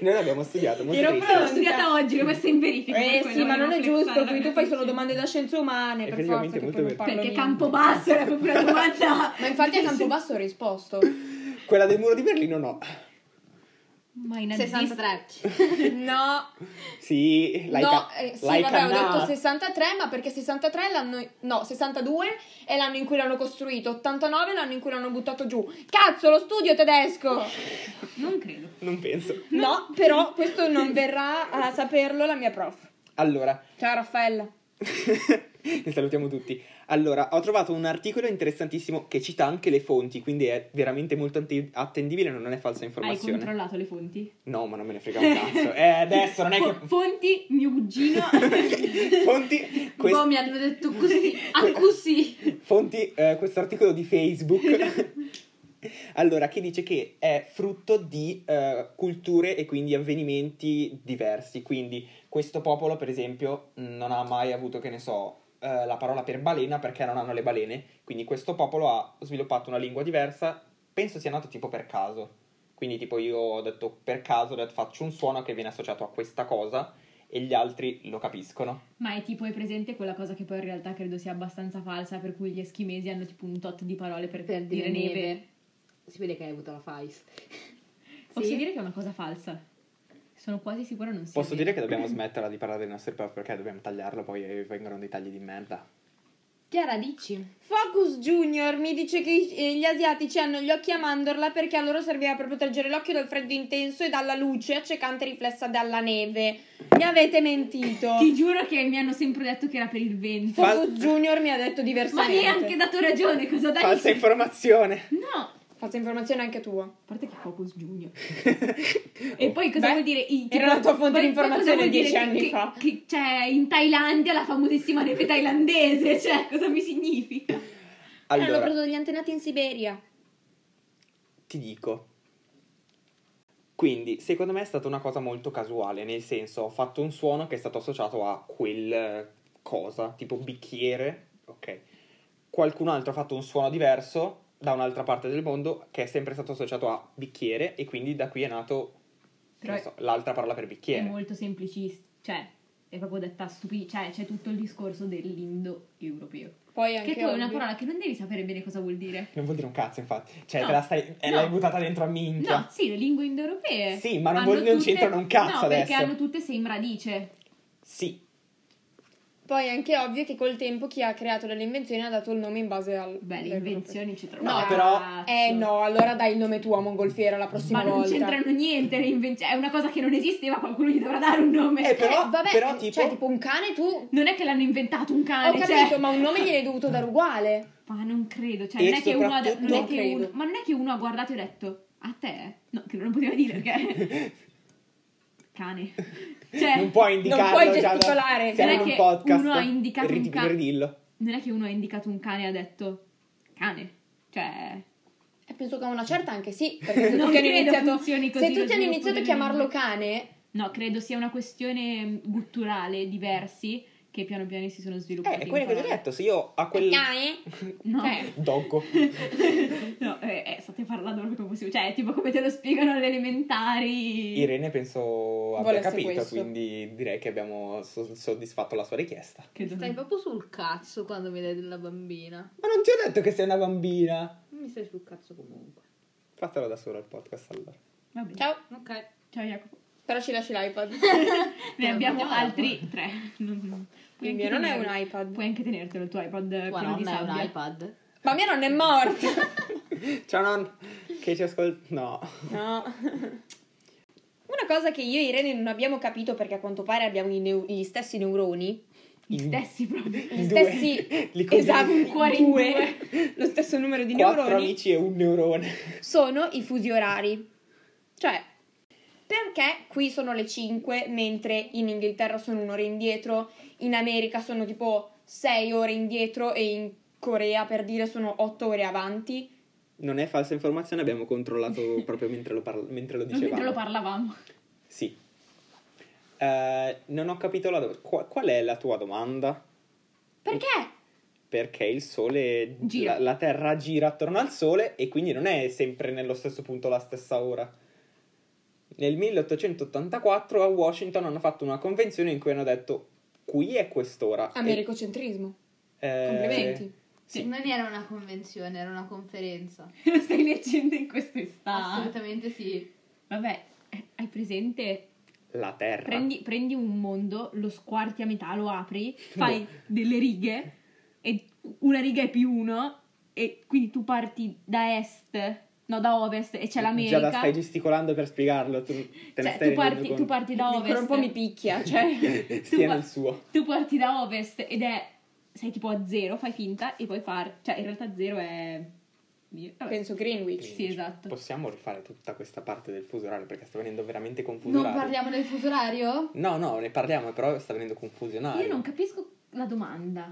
Speaker 4: Noi l'abbiamo studiato, molto
Speaker 3: Ero
Speaker 4: triste.
Speaker 3: pronta.
Speaker 2: L'ho studiata oggi, l'ho messa in verifica. per
Speaker 3: Eh
Speaker 2: quello,
Speaker 3: sì, ma non è
Speaker 2: volevo
Speaker 3: giusto,
Speaker 2: flexarla.
Speaker 3: qui tu fai solo domande da scienze umane, per forza
Speaker 4: Effettivamente
Speaker 3: che
Speaker 4: molto
Speaker 3: poi non
Speaker 4: vero.
Speaker 3: parlo
Speaker 2: Perché
Speaker 3: niente.
Speaker 2: Campobasso era proprio una domanda.
Speaker 3: [laughs] Ma infatti a Campobasso ho risposto.
Speaker 4: Quella del muro di Berlino no.
Speaker 2: Ma i nazisti
Speaker 1: 63.
Speaker 3: [laughs] No,
Speaker 4: Sì, l'hai
Speaker 3: no,
Speaker 4: ca-
Speaker 3: eh, sì,
Speaker 4: l'hai
Speaker 3: vabbè, ho
Speaker 4: cannata.
Speaker 3: detto 63, ma perché 63 l'anno no, 62 è l'anno in cui l'hanno costruito, 89 è l'anno in cui l'hanno buttato giù. Cazzo, lo studio tedesco.
Speaker 2: Non credo.
Speaker 4: Non penso.
Speaker 3: No, però questo non verrà a saperlo la mia prof.
Speaker 4: Allora, [laughs]
Speaker 3: Ciao Raffaella.
Speaker 4: Li salutiamo tutti. Allora, ho trovato un articolo interessantissimo che cita anche le fonti, quindi è veramente molto ante- attendibile, non è falsa
Speaker 2: Hai
Speaker 4: informazione.
Speaker 2: controllato le fonti?
Speaker 4: No, ma non me ne frega un cazzo. Eh, adesso non è
Speaker 3: [laughs]
Speaker 2: Fo- Fonti, mio cugino.
Speaker 4: [laughs]
Speaker 2: Boh,
Speaker 4: che fonti quest-
Speaker 1: Boh, mi hanno detto così. Ah, così.
Speaker 4: fonti eh, questo articolo di Facebook. Allora, che dice che è frutto di eh, culture e quindi avvenimenti diversi. Quindi questo popolo, per esempio, non ha mai avuto, che ne so, eh, la parola per balena perché non hanno le balene. Quindi questo popolo ha sviluppato una lingua diversa. Penso sia nato tipo per caso. Quindi tipo io ho detto per caso, ho detto, faccio un suono che viene associato a questa cosa e gli altri lo capiscono.
Speaker 2: Ma è tipo, è presente quella cosa che poi in realtà credo sia abbastanza falsa, per cui gli eschimesi hanno tipo un tot di parole per,
Speaker 1: per dire neve.
Speaker 2: neve.
Speaker 1: Si vede che hai avuto la FAIS.
Speaker 2: Posso
Speaker 1: Sì?
Speaker 2: dire che è una cosa falsa? Sono quasi sicura non sia
Speaker 4: Posso
Speaker 2: vera.
Speaker 4: dire che dobbiamo smetterla di parlare dei nostri prof perché dobbiamo tagliarlo, poi eh, vengono dei tagli di merda.
Speaker 1: Chiara, dici?
Speaker 3: Focus Junior mi dice che i- eh, gli asiatici hanno gli occhi a mandorla perché a loro serviva per proteggere l'occhio dal freddo intenso e dalla luce accecante riflessa dalla neve. Mi avete mentito.
Speaker 2: Ti giuro che mi hanno sempre detto che era per il vento.
Speaker 4: Fa-
Speaker 3: Focus Junior mi ha detto
Speaker 2: Ma mi
Speaker 3: diversamente.
Speaker 2: hai anche dato ragione, cosa dai? [laughs]
Speaker 4: Falsa informazione!
Speaker 2: No!
Speaker 3: Falsa informazione anche tua.
Speaker 2: A parte che Focus Junior. E poi cosa
Speaker 3: Beh,
Speaker 2: vuol dire? I-
Speaker 3: era la tua fonte
Speaker 2: poi-
Speaker 3: di
Speaker 2: poi cosa
Speaker 3: informazione
Speaker 2: vuol dire
Speaker 3: dieci
Speaker 2: che-
Speaker 3: anni
Speaker 2: che-
Speaker 3: fa.
Speaker 2: Che c'è in Thailandia la famosissima neve thailandese, cioè cosa mi significa?
Speaker 3: Hanno
Speaker 4: Allora,
Speaker 3: preso degli antenati in Siberia.
Speaker 4: ti dico. Quindi, secondo me è stata una cosa molto casuale, nel senso, ho fatto un suono che è stato associato a quel eh, cosa, tipo bicchiere, ok. Qualcun altro ha fatto un suono diverso da un'altra parte del mondo che è sempre stato associato a bicchiere e quindi da qui è nato che
Speaker 2: Però
Speaker 4: ne so, l'altra parola per
Speaker 2: è
Speaker 4: bicchiere.
Speaker 2: molto semplicistica, cioè è proprio detta stupidità, cioè c'è tutto il discorso dell'indo-europeo.
Speaker 3: Poi anche
Speaker 2: Che poi è una
Speaker 3: oggi.
Speaker 2: parola che non devi sapere bene cosa vuol dire.
Speaker 4: Non vuol dire un cazzo, infatti. Cioè,
Speaker 2: No,
Speaker 4: te la stai, eh,
Speaker 2: no.
Speaker 4: l'hai buttata dentro a minchia.
Speaker 2: No, sì, le lingue indoeuropee.
Speaker 4: Sì, ma non
Speaker 2: hanno
Speaker 4: vuol- non
Speaker 2: tutte-
Speaker 4: c'entrano un cazzo
Speaker 2: No, perché
Speaker 4: adesso.
Speaker 2: hanno tutte same radice.
Speaker 4: Sì,
Speaker 3: Poi è anche ovvio che col tempo chi ha creato delle invenzioni ha dato il nome in base al...
Speaker 2: Beh,
Speaker 3: al-
Speaker 2: le invenzioni ci trovano.
Speaker 3: No,
Speaker 2: un
Speaker 4: però-
Speaker 2: cazzo.
Speaker 3: Eh no, allora dai il nome tuo a Mongolfiera la prossima
Speaker 2: Ma non
Speaker 3: volta.
Speaker 4: Eh,
Speaker 2: c'entrano niente le invenzioni. È una cosa che non esisteva, qualcuno gli dovrà dare un nome.
Speaker 4: Eh, però- però tipo-
Speaker 3: Cioè, tipo un cane tu...
Speaker 2: Non è che l'hanno inventato un cane,
Speaker 3: Ho capito,
Speaker 2: cioè-
Speaker 3: ma un nome gliel'hai dovuto dare uguale.
Speaker 2: Ma non credo, cioè,
Speaker 4: E
Speaker 2: non è che uno ha de- non è
Speaker 4: soprattutto-
Speaker 2: che uno-
Speaker 3: credo.
Speaker 2: ma non è che uno ha guardato e ha detto "A te?" No, che non lo poteva dire
Speaker 3: [laughs]
Speaker 2: perché cane. Cioè,
Speaker 4: non puoi indicarlo.
Speaker 3: puoi
Speaker 4: già da-
Speaker 3: gesticolare,
Speaker 4: Siamo
Speaker 2: non
Speaker 4: in
Speaker 2: è
Speaker 4: un
Speaker 2: che
Speaker 4: podcast.
Speaker 2: uno ha indicato un
Speaker 4: Ridi-
Speaker 2: ca-
Speaker 4: ridillo.
Speaker 2: non è che uno ha indicato un cane e ha detto "Cane". Cioè,
Speaker 3: E penso che a una certa anche sì, perché se
Speaker 2: [laughs] non
Speaker 3: tutti hanno
Speaker 2: credo
Speaker 3: iniziato...
Speaker 2: funzioni così.
Speaker 3: Se
Speaker 2: lo
Speaker 3: tutti hanno
Speaker 2: sviluppo
Speaker 3: iniziato a
Speaker 2: delle
Speaker 3: chiamarlo
Speaker 2: lingue.
Speaker 3: cane,
Speaker 2: No, credo sia una questione gutturale diversi che piano piano si sono sviluppati.
Speaker 4: Eh, è
Speaker 2: in
Speaker 4: quello che ti ho
Speaker 2: parole.
Speaker 4: detto. Se io a quel.
Speaker 3: cane,
Speaker 2: No,
Speaker 4: [laughs]
Speaker 3: Cioè.
Speaker 4: Doggo.
Speaker 2: no eh, eh, state parlando proprio come possibile. Cioè, tipo come te lo spiegano alle elementari.
Speaker 4: Irene penso abbia
Speaker 3: Volesse
Speaker 4: capito,
Speaker 3: questo.
Speaker 4: quindi direi che abbiamo so- soddisfatto la sua richiesta.
Speaker 2: Che
Speaker 1: Stai
Speaker 2: dove-
Speaker 1: proprio sul cazzo quando mi dai della bambina.
Speaker 4: Ma non ti ho detto che sei una bambina.
Speaker 1: Mi stai sul cazzo comunque.
Speaker 4: Fatelo da solo il podcast allora. [laughs]
Speaker 2: Va bene. Ciao.
Speaker 3: ciao,
Speaker 1: Ok.
Speaker 2: Jacopo.
Speaker 3: però ci lasci
Speaker 2: [laughs]
Speaker 3: l'iPad.
Speaker 2: Ne
Speaker 1: Eh,
Speaker 2: abbiamo
Speaker 1: mettiamo
Speaker 2: altri tre. Non- non- puoi
Speaker 3: Il
Speaker 2: anche
Speaker 3: mio non è
Speaker 2: tenerlo.
Speaker 3: un iPad.
Speaker 2: Puoi anche tenertelo il tuo iPad eh,
Speaker 1: Tua
Speaker 2: quello di
Speaker 1: nonna è un
Speaker 2: sabbia.
Speaker 1: iPad.
Speaker 3: Ma mia nonna è morta.
Speaker 4: Ciao non che ci ascolta. No.
Speaker 3: [laughs] No. Una cosa che io e Irene non abbiamo capito perché a quanto pare abbiamo i neu- gli stessi neuroni.
Speaker 2: Gli stessi proprio.
Speaker 4: I
Speaker 3: Gli
Speaker 4: due.
Speaker 3: stessi.
Speaker 4: Li
Speaker 3: Esatto,
Speaker 4: combini.
Speaker 2: cuore in
Speaker 3: due, Lo stesso numero di
Speaker 4: Quattro
Speaker 3: neuroni.
Speaker 4: amici e un neurone.
Speaker 3: Sono i fusi orari. Cioè, perché qui sono le 5 mentre in Inghilterra sono un'ora indietro, in America sono tipo 6 ore indietro e in Corea per dire sono 8 ore avanti?
Speaker 4: Non è falsa informazione, abbiamo controllato proprio mentre lo, parla- mentre lo
Speaker 2: Non
Speaker 4: dicevamo.
Speaker 2: mentre lo parlavamo. [laughs]
Speaker 4: Sì. Eh, non ho capito la domanda. Qua- qual è la tua domanda?
Speaker 3: Perché?
Speaker 4: Perché il sole,
Speaker 2: Gira.
Speaker 4: La, la Terra gira attorno al sole e quindi non è sempre nello stesso punto alla stessa ora. Nel 1884 a Washington hanno fatto una convenzione in cui hanno detto qui è quest'ora. E-
Speaker 3: Americocentrismo.
Speaker 4: eh,
Speaker 3: Complimenti.
Speaker 4: Sì.
Speaker 1: Non era una convenzione, era una conferenza.
Speaker 2: Lo stai leggendo in
Speaker 1: Ah.
Speaker 2: quest'estate.
Speaker 1: Assolutamente sì.
Speaker 2: Vabbè, eh, hai presente
Speaker 4: La Terra.
Speaker 2: Prendi, prendi un mondo, lo squarti a metà, lo apri, fai delle righe e una riga è più uno e quindi tu parti da est, no da ovest e c'è l'America.
Speaker 4: Già la stai gesticolando per spiegarlo. Tu, te ne
Speaker 2: cioè,
Speaker 4: stai
Speaker 2: tu parti,
Speaker 4: rendendo
Speaker 2: tu parti da
Speaker 3: Ancora
Speaker 2: ovest.
Speaker 3: un po' mi picchia, [laughs] cioè.
Speaker 4: [laughs] conto.
Speaker 2: [laughs] tu
Speaker 4: Stia
Speaker 2: par-
Speaker 4: nel suo.
Speaker 2: Tu parti da ovest ed è sei tipo a zero, fai finta e puoi far, cioè in realtà zero è vabbè.
Speaker 3: Penso Greenwich.
Speaker 2: Sì, esatto.
Speaker 4: Possiamo rifare tutta questa parte del fuso orario perché sta venendo veramente confuso.
Speaker 1: Non
Speaker 4: orario.
Speaker 1: parliamo del fuso orario?
Speaker 4: No, no, ne parliamo, però sta venendo confusionario.
Speaker 2: Io non capisco la domanda.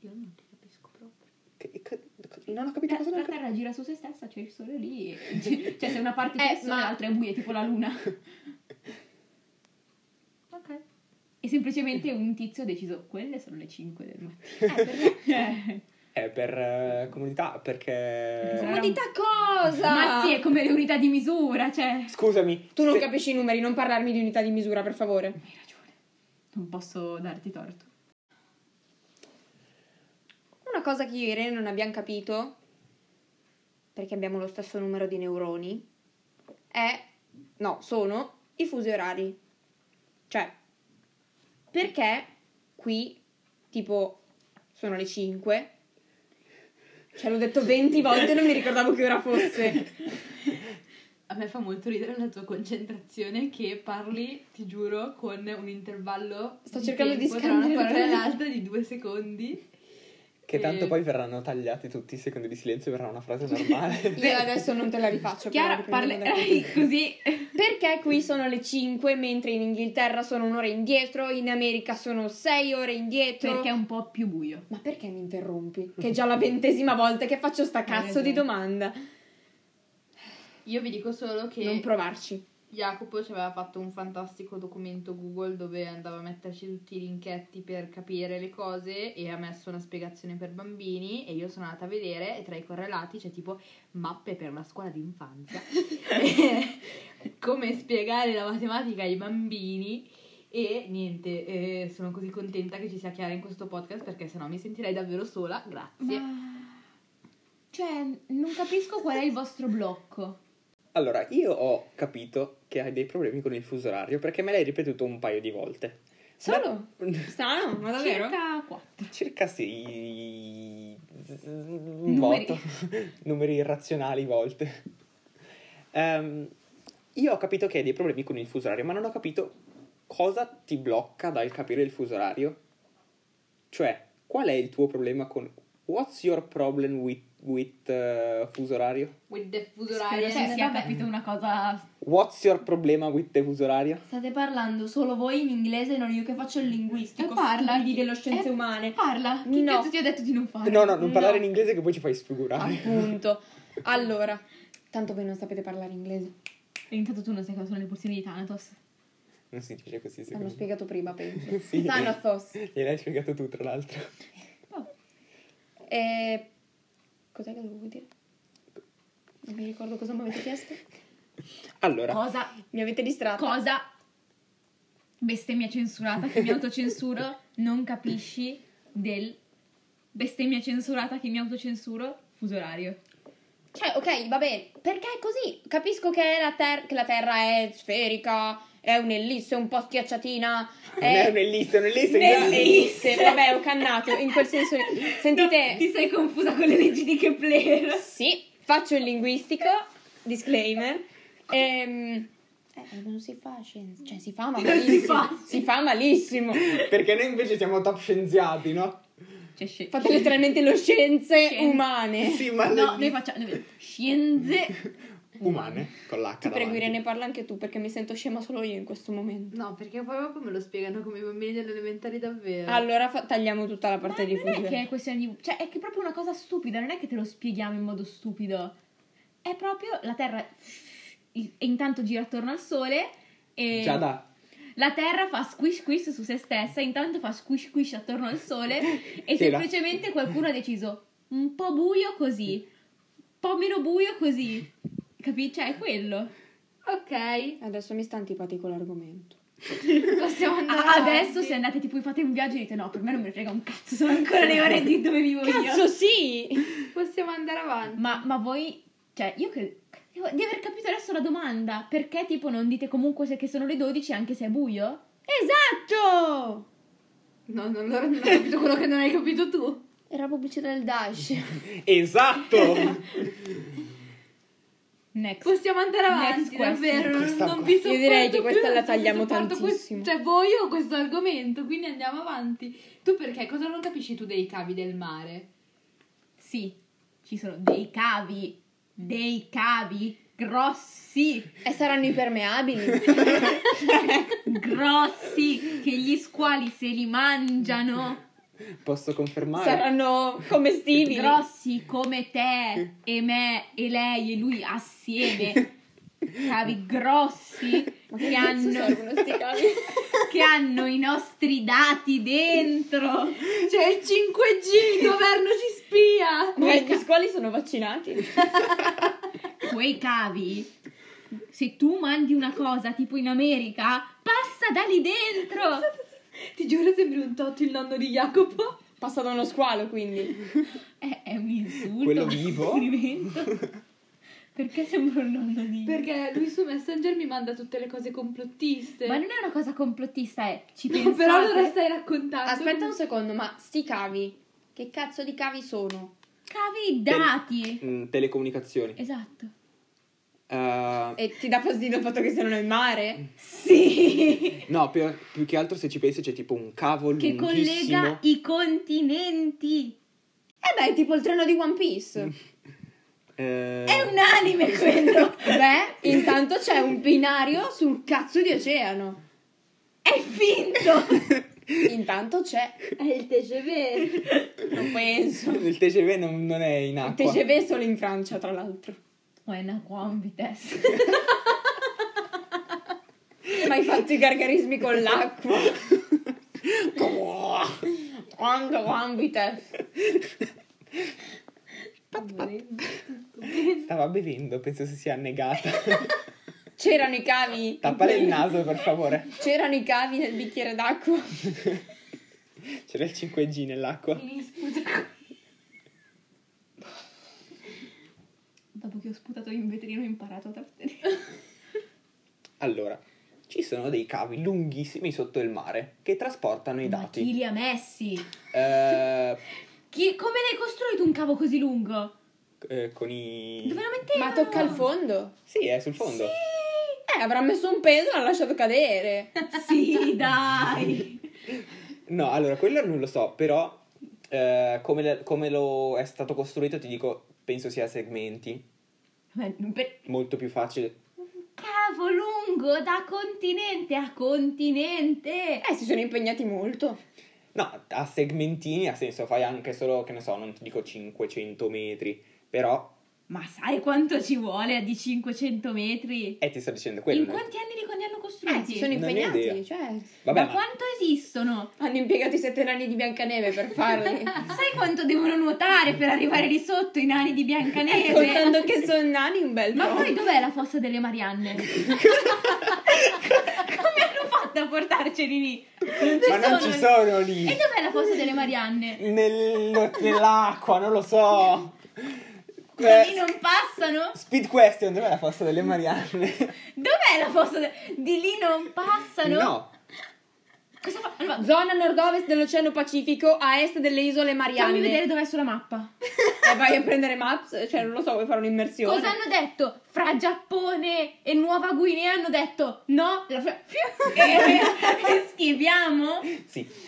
Speaker 1: Io non ti capisco proprio.
Speaker 4: Che- che- non ho capito
Speaker 2: La,
Speaker 4: cosa non
Speaker 2: la
Speaker 4: ho capito.
Speaker 2: Terra gira su se stessa, c'è il sole lì. [laughs] Cioè, se una parte
Speaker 3: Eh,
Speaker 2: c'è il sole,
Speaker 3: ma-
Speaker 2: l'altra è buia, tipo la luna.
Speaker 1: Ok.
Speaker 2: E semplicemente un tizio ha deciso, quelle sono le 5 del mattino. [laughs] Eh.
Speaker 4: È per [laughs] eh, comodità, perché...
Speaker 2: Esatto.
Speaker 3: Ma dita cosa?
Speaker 2: Ma sì, è come le unità di misura, cioè...
Speaker 4: Scusami.
Speaker 3: Tu non
Speaker 4: se-
Speaker 3: capisci i numeri, non parlarmi di unità di misura, per favore.
Speaker 2: Hai ragione. Non posso darti torto.
Speaker 3: Una cosa che io e Irene non abbiamo capito, perché abbiamo lo stesso numero di neuroni, è, no, sono i fusi orari. Cioè, perché qui, tipo, sono le 5, ce l'ho detto 20 volte e non mi ricordavo che ora fosse.
Speaker 1: A me fa molto ridere la tua concentrazione che parli, ti giuro, con un intervallo
Speaker 3: Sto cercando di
Speaker 1: tempo tra una
Speaker 3: scambiare-
Speaker 1: parola e l'altra di due secondi.
Speaker 4: Che tanto
Speaker 1: Eh.
Speaker 4: poi verranno tagliati tutti i secondi di silenzio e verrà una
Speaker 2: [laughs]
Speaker 4: frase normale.
Speaker 3: Io adesso non te la rifaccio. però
Speaker 2: Chiara, [laughs]
Speaker 3: riprendiamo da
Speaker 2: parlerai così.
Speaker 3: [laughs] Perché qui sono le 5, mentre in Inghilterra sono un'ora indietro, in America sono 6 ore indietro.
Speaker 2: Perché è un po' più buio.
Speaker 3: Ma perché mi interrompi? Che è già la ventesima volta che faccio sta cazzo di
Speaker 2: ragione.
Speaker 3: domanda.
Speaker 1: Io vi dico solo che
Speaker 3: Non provarci.
Speaker 1: Jacopo ci aveva fatto un fantastico documento Google dove andava a metterci tutti i linketti per capire le cose e ha messo una spiegazione per bambini e io sono andata a vedere e tra i correlati c'è tipo mappe per la scuola
Speaker 2: [laughs]
Speaker 1: d'infanzia E come spiegare la matematica ai bambini e niente, eh, sono così contenta che ci sia Chiara in questo podcast perché sennò mi sentirei davvero sola, grazie.
Speaker 2: Ma- Cioè, non capisco qual è il vostro blocco.
Speaker 4: Allora, io ho capito che hai dei problemi con il fuso orario perché me l'hai ripetuto un paio di volte.
Speaker 3: Solo?
Speaker 4: Da-
Speaker 3: Strano, ma davvero?
Speaker 2: Circa 4.
Speaker 4: circa sei un
Speaker 2: Numeri.
Speaker 4: voto. [laughs] numeri irrazionali volte. Ehm, io ho capito che hai dei problemi con il fuso orario, ma non ho capito cosa ti blocca dal capire il fuso orario. Cioè, qual è il tuo problema con... What's your problem with, with eh, fuso orario?
Speaker 1: With the fuso
Speaker 2: Spero
Speaker 1: orario.
Speaker 2: si
Speaker 1: Eh,
Speaker 2: sia
Speaker 1: vabbè.
Speaker 2: capito una cosa
Speaker 4: What's your problema with the fuso orario?
Speaker 5: State parlando solo voi in inglese, non io che faccio il linguistico.
Speaker 2: E parla.
Speaker 5: stupidi dello scienze
Speaker 2: E-
Speaker 5: umane.
Speaker 2: Parla, chi
Speaker 3: No.
Speaker 2: cazzo ti ho detto di non fare?
Speaker 4: No, no, non
Speaker 3: No.
Speaker 4: parlare in inglese che poi ci fai sfigurare.
Speaker 3: Appunto. Allora, tanto voi non sapete parlare inglese.
Speaker 2: Intanto tu non sai cosa sono le porzioni di Thanatos.
Speaker 4: Non si dice così, secondo
Speaker 3: L'hanno
Speaker 4: me.
Speaker 3: spiegato prima,
Speaker 4: [laughs]
Speaker 3: penso.
Speaker 4: Sì.
Speaker 3: Thanatos.
Speaker 4: Gliel'hai spiegato tu, tra l'altro.
Speaker 3: E... Cos'è che dovevo dire? Non mi ricordo cosa mi avete chiesto.
Speaker 4: Allora,
Speaker 2: Cosa,
Speaker 3: Mi avete distratto.
Speaker 2: cosa, bestemmia censurata che mi autocensuro, non capisci del bestemmia censurata che mi autocensuro, fuso orario.
Speaker 3: Cioè, ok, va bene, perché è così? Capisco che la, ter- che la Terra è sferica, è un'ellisse, un po' schiacciatina.
Speaker 4: non
Speaker 2: Eh,
Speaker 4: è un'ellisse, è un'ellisse.
Speaker 3: un'ellisse. Vabbè, ho cannato, in quel senso. Sentite,
Speaker 2: Ti sei confusa con le leggi di Kepler.
Speaker 3: sì, faccio il linguistico, disclaimer. Ehm, eh, non si fa scienza, cioè si [laughs] fa ma malissimo. Si fa, malissimo.
Speaker 4: Perché noi invece siamo top scienziati, no?
Speaker 2: Cioè, sci-
Speaker 3: Fate letteralmente le scienze
Speaker 2: Scienze.
Speaker 3: umane.
Speaker 4: Sì, ma
Speaker 2: Eh, no, noi facciamo noi- scienze.
Speaker 4: [laughs] umane con l'H.
Speaker 3: Ti prego,
Speaker 4: davanti.
Speaker 3: Irene, parla anche tu perché mi sento scema solo io in questo momento.
Speaker 1: No, perché poi dopo me lo spiegano come i bambini delle elementari davvero.
Speaker 3: Allora fa- tagliamo tutta la parte
Speaker 2: Ma
Speaker 3: di
Speaker 2: non è
Speaker 3: fuso.
Speaker 2: che è questione di... Cioè, è che è proprio una cosa stupida, non è che te lo spieghiamo in modo stupido. È proprio la Terra... E intanto gira attorno al Sole e...
Speaker 4: Già da.
Speaker 2: La Terra fa squish squish su se stessa, intanto fa squish squish attorno al Sole e
Speaker 4: Tela.
Speaker 2: semplicemente qualcuno ha deciso un po' buio così, un po' meno buio così. Capisci? Cioè, è quello.
Speaker 1: Ok,
Speaker 3: Adesso mi sta antipatico l'argomento.
Speaker 1: possiamo andare
Speaker 2: Ah, adesso
Speaker 1: avanti.
Speaker 2: se andate tipo fate un viaggio e dite no, per me non me ne frega un cazzo, sono ancora le ore di dove vivo io.
Speaker 3: Cazzo sì!
Speaker 1: Possiamo andare avanti.
Speaker 2: Ma, ma voi, cioè, io credo di aver capito adesso la domanda, perché tipo non dite comunque se che sono le 12 anche se è buio?
Speaker 3: Esatto!
Speaker 1: No, no, allora non ho capito quello che non hai capito tu.
Speaker 3: Era pubblicità del Dash.
Speaker 4: Esatto!
Speaker 2: [laughs] Next.
Speaker 1: Possiamo andare avanti,
Speaker 2: Next question.
Speaker 1: davvero. non-
Speaker 4: Questa
Speaker 1: non
Speaker 4: qua.
Speaker 1: vi sopporto
Speaker 3: Io direi che
Speaker 1: più,
Speaker 3: questa la
Speaker 1: non vi
Speaker 3: tagliamo
Speaker 1: sopporto
Speaker 3: tantissimo.
Speaker 1: Cioè, voi o questo argomento, quindi andiamo avanti. Tu perché? Cosa non capisci tu dei cavi del mare?
Speaker 2: Sì, ci sono dei cavi, dei cavi grossi,
Speaker 3: E saranno [laughs] impermeabili.
Speaker 2: grossi, che gli squali se li mangiano,
Speaker 4: Posso confermare?
Speaker 3: saranno commestibili.
Speaker 2: grossi come te e me e lei e lui assieme, cavi grossi che
Speaker 3: Cazzo,
Speaker 2: hanno,
Speaker 3: servono sti cavi.
Speaker 2: [laughs] che hanno i nostri dati dentro.
Speaker 1: Cioè, il 5G, il governo ci spia.
Speaker 3: [laughs] Ma gli squali sono vaccinati.
Speaker 2: Quei cavi, se tu mandi una cosa tipo in America, passa da lì dentro.
Speaker 1: Ti giuro sembri un totto il nonno di Jacopo.
Speaker 3: Passato uno squalo, quindi.
Speaker 2: Eh, È, è un insulto.
Speaker 4: Quello
Speaker 2: un
Speaker 4: vivo?
Speaker 2: complimento. Perché sembra un nonno di...
Speaker 1: Perché lui su Messenger mi manda tutte le cose complottiste.
Speaker 2: Ma non è una cosa complottista, è... Ci
Speaker 1: No, però
Speaker 2: pensate?
Speaker 1: allora stai raccontando.
Speaker 3: Aspetta un secondo, ma sti cavi, che cazzo di cavi sono?
Speaker 2: Cavi i dati.
Speaker 4: Mm, telecomunicazioni.
Speaker 2: Esatto.
Speaker 4: Eh,
Speaker 3: E ti dà fastidio il fatto che siano nel mare?
Speaker 2: Sì.
Speaker 4: no, per- più che altro se ci pensi c'è tipo un cavo
Speaker 2: Che
Speaker 4: lunghissimo.
Speaker 2: collega i continenti.
Speaker 3: [laughs] Eh beh, è tipo il treno di One Piece.
Speaker 4: Eh,
Speaker 2: È
Speaker 4: [laughs]
Speaker 2: un anime quello.
Speaker 3: beh, intanto c'è un binario sul cazzo di oceano.
Speaker 2: È finto.
Speaker 3: Intanto c'è.
Speaker 1: È il TGV.
Speaker 3: Non penso.
Speaker 4: Il TGV non, non è in acqua.
Speaker 3: TGV è solo in Francia, tra l'altro.
Speaker 2: Ma è una quambites.
Speaker 3: Ma hai fatto i gargarismi con l'acqua. Quando ambite.
Speaker 4: Stava bevendo, penso si sia annegata.
Speaker 3: C'erano i cavi.
Speaker 4: Tappale il naso, per favore.
Speaker 3: C'erano i cavi nel bicchiere d'acqua.
Speaker 4: C'era il 5G nell'acqua.
Speaker 1: Mi scusa.
Speaker 2: Dopo che ho sputato in vetrino ho imparato a trattenere.
Speaker 4: Allora, ci sono dei cavi lunghissimi sotto il mare che trasportano i
Speaker 2: Ma chi
Speaker 4: dati.
Speaker 2: li ha messi?
Speaker 4: Eh,
Speaker 2: Chi- come ne hai costruito un cavo così lungo?
Speaker 4: eh, con i...
Speaker 2: Dove lo mettevano?
Speaker 3: Ma tocca al fondo.
Speaker 4: Sì, è sul fondo.
Speaker 3: Eh, avrà messo un peso e l'ha lasciato cadere.
Speaker 2: Eh, Sì, dai.
Speaker 4: No, allora, quello non lo so, però eh, come, le- come lo è stato costruito ti dico, penso sia a segmenti.
Speaker 2: Ma per-
Speaker 4: Molto più facile.
Speaker 2: Cavo lungo da continente a continente.
Speaker 3: Eh, si sono impegnati molto.
Speaker 4: No, a segmentini ha senso, fai anche solo, che ne so, non ti dico 500 metri, però...
Speaker 2: Ma sai quanto ci vuole a di 500 metri?
Speaker 4: E eh, ti sto dicendo quello.
Speaker 2: In
Speaker 4: no?
Speaker 2: quanti anni li, li hanno costruiti?
Speaker 3: Eh, si sono
Speaker 4: Non ne ho idea.
Speaker 3: impegnati, cioè.
Speaker 4: Vabbè,
Speaker 2: ma
Speaker 4: ma-
Speaker 2: quanto
Speaker 4: [laughs]
Speaker 2: esistono?
Speaker 3: Hanno impiegato i sette nani di Biancaneve per
Speaker 4: Eh.
Speaker 3: farli.
Speaker 2: Sai quanto devono nuotare per arrivare lì sotto i nani di Biancaneve?
Speaker 3: Contando [laughs] che sono nani, un bel
Speaker 2: Ma
Speaker 3: po'.
Speaker 2: poi dov'è la fossa delle
Speaker 4: [laughs]
Speaker 2: Marianne? [laughs] Come hanno fatto a portarceli lì? Non
Speaker 4: ma non ci sono lì!
Speaker 2: E dov'è la fossa delle Marianne?
Speaker 4: Nel- nell'acqua, non
Speaker 2: [laughs]
Speaker 4: lo so.
Speaker 2: Ma
Speaker 4: Eh,
Speaker 2: lì non passano?
Speaker 4: Speed question, dov'è la fossa delle Marianne?
Speaker 2: Dov'è la fossa? de- Di lì non passano?
Speaker 4: No,
Speaker 2: Cosa fa? Allora,
Speaker 3: Zona nord-ovest dell'Oceano Pacifico, a est delle isole Marianne.
Speaker 2: fammi vedere dov'è sulla mappa.
Speaker 3: E vai a prendere maps, cioè non lo so, vuoi fare un'immersione.
Speaker 2: Cosa hanno detto? Fra Giappone e Nuova Guinea hanno detto no, la fra- [laughs] e schiviamo?
Speaker 4: sì.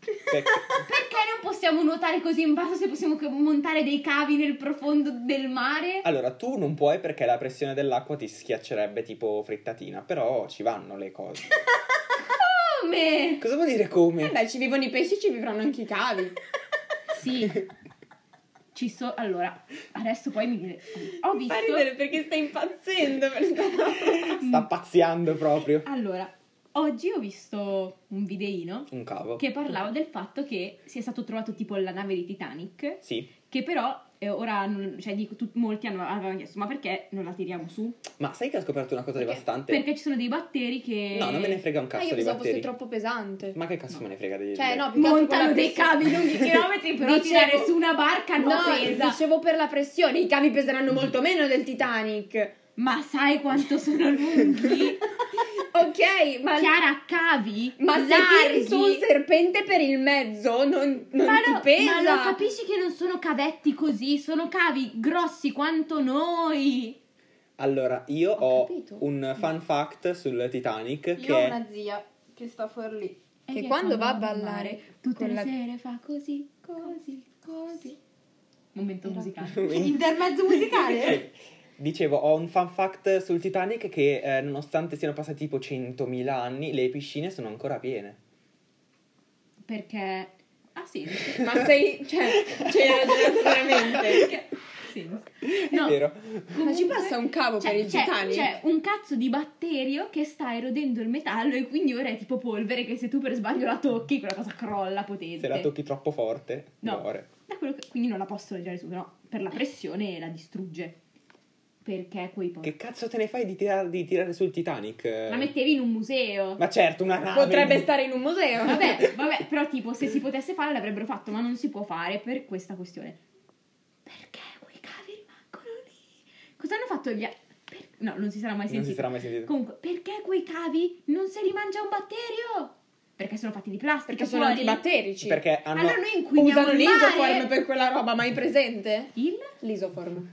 Speaker 4: Perché-
Speaker 2: Perché non possiamo nuotare così in basso se possiamo co- montare dei cavi nel profondo del mare?
Speaker 4: Allora, tu non puoi perché la pressione dell'acqua ti schiaccerebbe tipo frittatina, però ci vanno le cose.
Speaker 2: Come?
Speaker 4: Cosa vuol dire
Speaker 3: Eh
Speaker 4: come?
Speaker 3: beh, ci vivono i pesci, ci vivranno anche i [laughs] cavi.
Speaker 2: Sì. Ci so, allora, adesso poi mi dire- ho
Speaker 3: Mi
Speaker 2: visto
Speaker 3: Fa ridere perché sta impazzendo. per sta-
Speaker 4: Sta
Speaker 2: mm.
Speaker 4: pazziando proprio.
Speaker 2: Allora, oggi ho visto un videino
Speaker 4: Un cavo.
Speaker 2: che parlava del fatto che sia stato trovato tipo la nave di Titanic
Speaker 4: Sì,
Speaker 2: Che però eh, ora, non- cioè, dico, tut- molti hanno, avevano chiesto, ma perché non la tiriamo su?
Speaker 4: ma sai che ho scoperto una cosa devastante?
Speaker 2: Perché ci sono dei batteri che...
Speaker 4: No, non me ne frega un
Speaker 3: Ah,
Speaker 4: cazzo
Speaker 3: io
Speaker 4: dei
Speaker 3: pensavo fosse
Speaker 4: batteri.
Speaker 3: troppo pesante.
Speaker 4: Ma che cazzo me ne frega dei
Speaker 3: Cioè, no, più che altro per
Speaker 2: Montano
Speaker 3: la
Speaker 2: dei
Speaker 3: pressione.
Speaker 2: cavi
Speaker 3: [laughs]
Speaker 2: lunghi chilometri, però
Speaker 3: Dicevo-
Speaker 2: tirare su una barca non
Speaker 3: Ah, No,
Speaker 2: pesa.
Speaker 3: dicevo per la pressione, i cavi peseranno molto meno del Titanic.
Speaker 2: Ma sai quanto sono lunghi?
Speaker 3: Ok, [laughs] ma,
Speaker 2: Chiara, cavi
Speaker 3: ma se
Speaker 2: larghi.
Speaker 3: tiri su un serpente per il mezzo non, non
Speaker 2: ma,
Speaker 3: ti
Speaker 2: lo,
Speaker 3: pesa.
Speaker 2: ma lo capisci che non sono cavetti così, sono cavi grossi quanto noi.
Speaker 4: Allora, io
Speaker 3: Ho
Speaker 4: ho,
Speaker 3: capito.
Speaker 4: un fun fact sul Titanic che
Speaker 1: Io ho
Speaker 4: è- [laughs]
Speaker 1: una zia che sta fuori lì. Cioè,
Speaker 2: E
Speaker 3: Che
Speaker 2: io quando
Speaker 3: quando va a
Speaker 2: vado al
Speaker 3: ballare
Speaker 2: mare, tutte
Speaker 3: con
Speaker 2: le
Speaker 3: la-
Speaker 2: sere fa così, così, così. Momento musicale.
Speaker 1: Intermezzo
Speaker 4: [laughs]
Speaker 1: musicale.
Speaker 4: Dicevo, ho un fun fact sul Titanic che eh, nonostante siano passati tipo 100.000 anni, le piscine sono ancora piene.
Speaker 2: Perché ha senso.
Speaker 3: Ma sei. Cioè, cioè, hai ragionato veramente.
Speaker 2: Perché ha senso.
Speaker 4: [laughs] È
Speaker 2: No,
Speaker 4: vero?
Speaker 3: Ma ci
Speaker 2: comunque- cioè,
Speaker 3: passa un cavo
Speaker 2: c'è,
Speaker 3: per il
Speaker 2: c'è-
Speaker 3: Titanic?
Speaker 2: c'è un cazzo di batterio che sta erodendo il metallo e quindi ora è tipo polvere che se tu per sbaglio la tocchi quella cosa crolla potente.
Speaker 4: Se la tocchi troppo forte,
Speaker 2: No.
Speaker 4: muore.
Speaker 2: Da quello che- quindi non la posso leggere su, no, per la pressione la distrugge. Perché quei posti?
Speaker 4: Che cazzo te ne fai di, tirar- di tirare sul Titanic?
Speaker 2: La mettevi in un museo.
Speaker 4: Ma certo, una nave.
Speaker 3: Potrebbe stare in un museo.
Speaker 2: Vabbè, vabbè, però tipo se si potesse fare l'avrebbero fatto, ma non si può fare per questa questione. Perché quei cavi rimangono lì? Cosa hanno fatto gli... a- per- No, non si sarà mai
Speaker 4: Non si
Speaker 2: sentito.
Speaker 4: sarà mai sentito.
Speaker 2: Comunque, perché quei cavi non se li mangia un batterio? Perché sono fatti di plastica
Speaker 3: Perché sono
Speaker 2: fuori?
Speaker 3: antibatterici.
Speaker 4: Perché hanno...
Speaker 2: Allora noi inquiniamo
Speaker 3: Usano
Speaker 2: il
Speaker 3: l'isoform
Speaker 2: mare.
Speaker 3: per quella roba, mai presente?
Speaker 2: Il?
Speaker 3: L'isoform.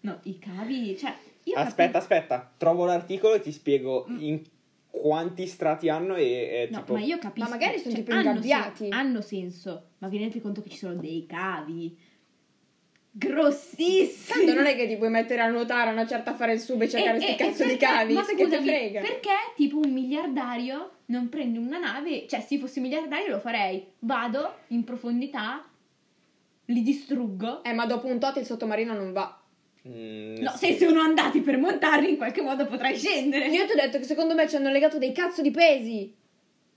Speaker 2: No, i cavi, cioè... Io
Speaker 4: Aspetta,
Speaker 2: capisco-
Speaker 4: aspetta. Trovo l'articolo e ti spiego
Speaker 2: Mm.
Speaker 4: in quanti strati hanno e eh,
Speaker 2: No,
Speaker 4: tipo...
Speaker 2: ma io capisco. cioè,
Speaker 3: Ma magari sono tipo
Speaker 2: hanno sen-
Speaker 3: ingabbiati.
Speaker 2: Hanno senso, ma vi rendete conto che ci sono dei cavi grossissimi.
Speaker 3: Tanto Cioè, non è che ti puoi mettere a nuotare, a una certa a fare il sub e cercare
Speaker 2: E-
Speaker 3: sti
Speaker 2: e-
Speaker 3: Cioè, cazzo
Speaker 2: e
Speaker 3: di
Speaker 2: perché-
Speaker 3: cavi.
Speaker 2: eh, Ma
Speaker 3: Che te
Speaker 2: scusami,
Speaker 3: frega.
Speaker 2: perché tipo un miliardario non prende una nave? Cioè, se fossi miliardario lo farei. Vado in profondità, li distruggo.
Speaker 3: Eh, ma dopo un tot il sottomarino non va.
Speaker 4: Mm,
Speaker 2: No,
Speaker 4: sì. [laughs]
Speaker 2: se sono andati per montarli, in qualche modo potrai scendere.
Speaker 3: Io ti ho detto che secondo me ci hanno legato dei cazzo di pesi.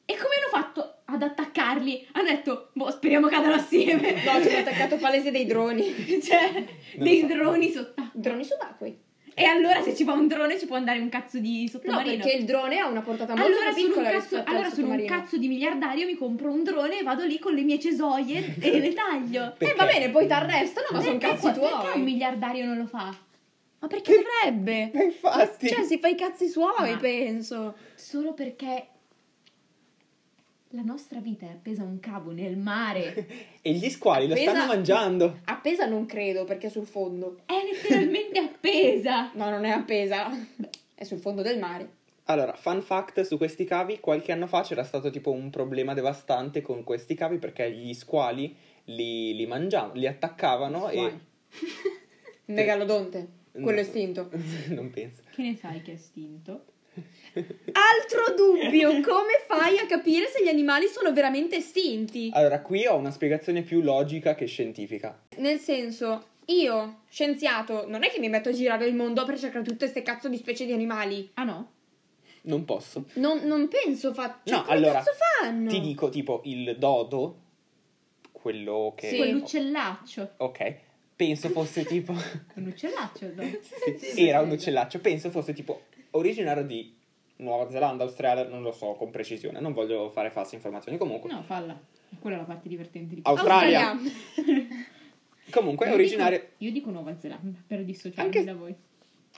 Speaker 2: E come hanno fatto ad attaccarli? Hanno detto, boh, speriamo cadano assieme.
Speaker 3: No, ci hanno [laughs] attaccato palese dei droni.
Speaker 2: [laughs] cioè,
Speaker 4: lo
Speaker 2: dei
Speaker 4: so.
Speaker 2: droni sott'acqua.
Speaker 3: Droni subacquei.
Speaker 2: E allora se ci va un drone ci può andare un cazzo di
Speaker 3: No,
Speaker 2: sottomarino.
Speaker 3: perché il drone ha una portata molto
Speaker 2: allora
Speaker 3: più
Speaker 2: sono, un
Speaker 3: piccola
Speaker 2: cazzo,
Speaker 3: rispetto
Speaker 2: allora
Speaker 3: al
Speaker 2: sono un
Speaker 3: sottomarino.
Speaker 2: cazzo di miliardario, mi compro un drone e vado lì con le mie cesoie
Speaker 3: [laughs]
Speaker 2: e le taglio.
Speaker 4: Perché?
Speaker 3: Eh, va bene, poi t'arrestano, ma sono
Speaker 2: Perché
Speaker 3: cazzi
Speaker 2: qua- Perché un
Speaker 3: tuoi.
Speaker 2: miliardario non lo fa?
Speaker 3: Ma perché dovrebbe?
Speaker 4: Ma Infatti.
Speaker 3: Cioè, si fa i cazzi suoi,
Speaker 2: Ma-
Speaker 3: penso.
Speaker 2: Solo perché la nostra vita è appesa a un cavo nel
Speaker 3: [laughs]
Speaker 2: mare.
Speaker 4: E gli squali lo
Speaker 3: Appesa-
Speaker 4: stanno mangiando.
Speaker 3: Appesa non credo, perché è sul fondo.
Speaker 2: È letteralmente appesa.
Speaker 3: No, non è appesa. È sul fondo del mare.
Speaker 4: Allora, fun fact su questi cavi, qualche anno fa c'era stato tipo un problema devastante con questi cavi perché gli squali li, li mangiavano, li attaccavano e...
Speaker 3: Megalodonte. Quello
Speaker 4: No.
Speaker 3: estinto.
Speaker 4: [laughs] non penso.
Speaker 2: Che ne sai che è estinto?
Speaker 3: Altro dubbio, come fai a capire se gli animali sono veramente estinti?
Speaker 4: Allora, qui ho una spiegazione più logica che scientifica.
Speaker 3: Nel senso, io, scienziato, non è che mi metto a girare il mondo per cercare tutte queste cazzo di specie di animali.
Speaker 2: Ah no?
Speaker 4: Non posso.
Speaker 3: Non, non penso fa... cioè,
Speaker 4: No,
Speaker 3: come
Speaker 4: allora,
Speaker 3: cazzo fanno?
Speaker 4: Ti dico, tipo, il dodo, quello che...
Speaker 3: Sì.
Speaker 2: Quell'uccellaccio.
Speaker 4: Ok, penso fosse
Speaker 3: [laughs]
Speaker 4: tipo...
Speaker 2: Un uccellaccio, no?
Speaker 4: era un uccellaccio, penso fosse tipo originario di Nuova Zelanda, Australia, non lo so con precisione, non voglio fare false informazioni. Comunque,
Speaker 2: No, falla. Quella è la parte divertente di
Speaker 4: Australia. comunque è
Speaker 2: Io
Speaker 4: originario...
Speaker 2: dico- io dico Nuova Zelanda per dissociarmi
Speaker 4: Anche-
Speaker 2: da voi.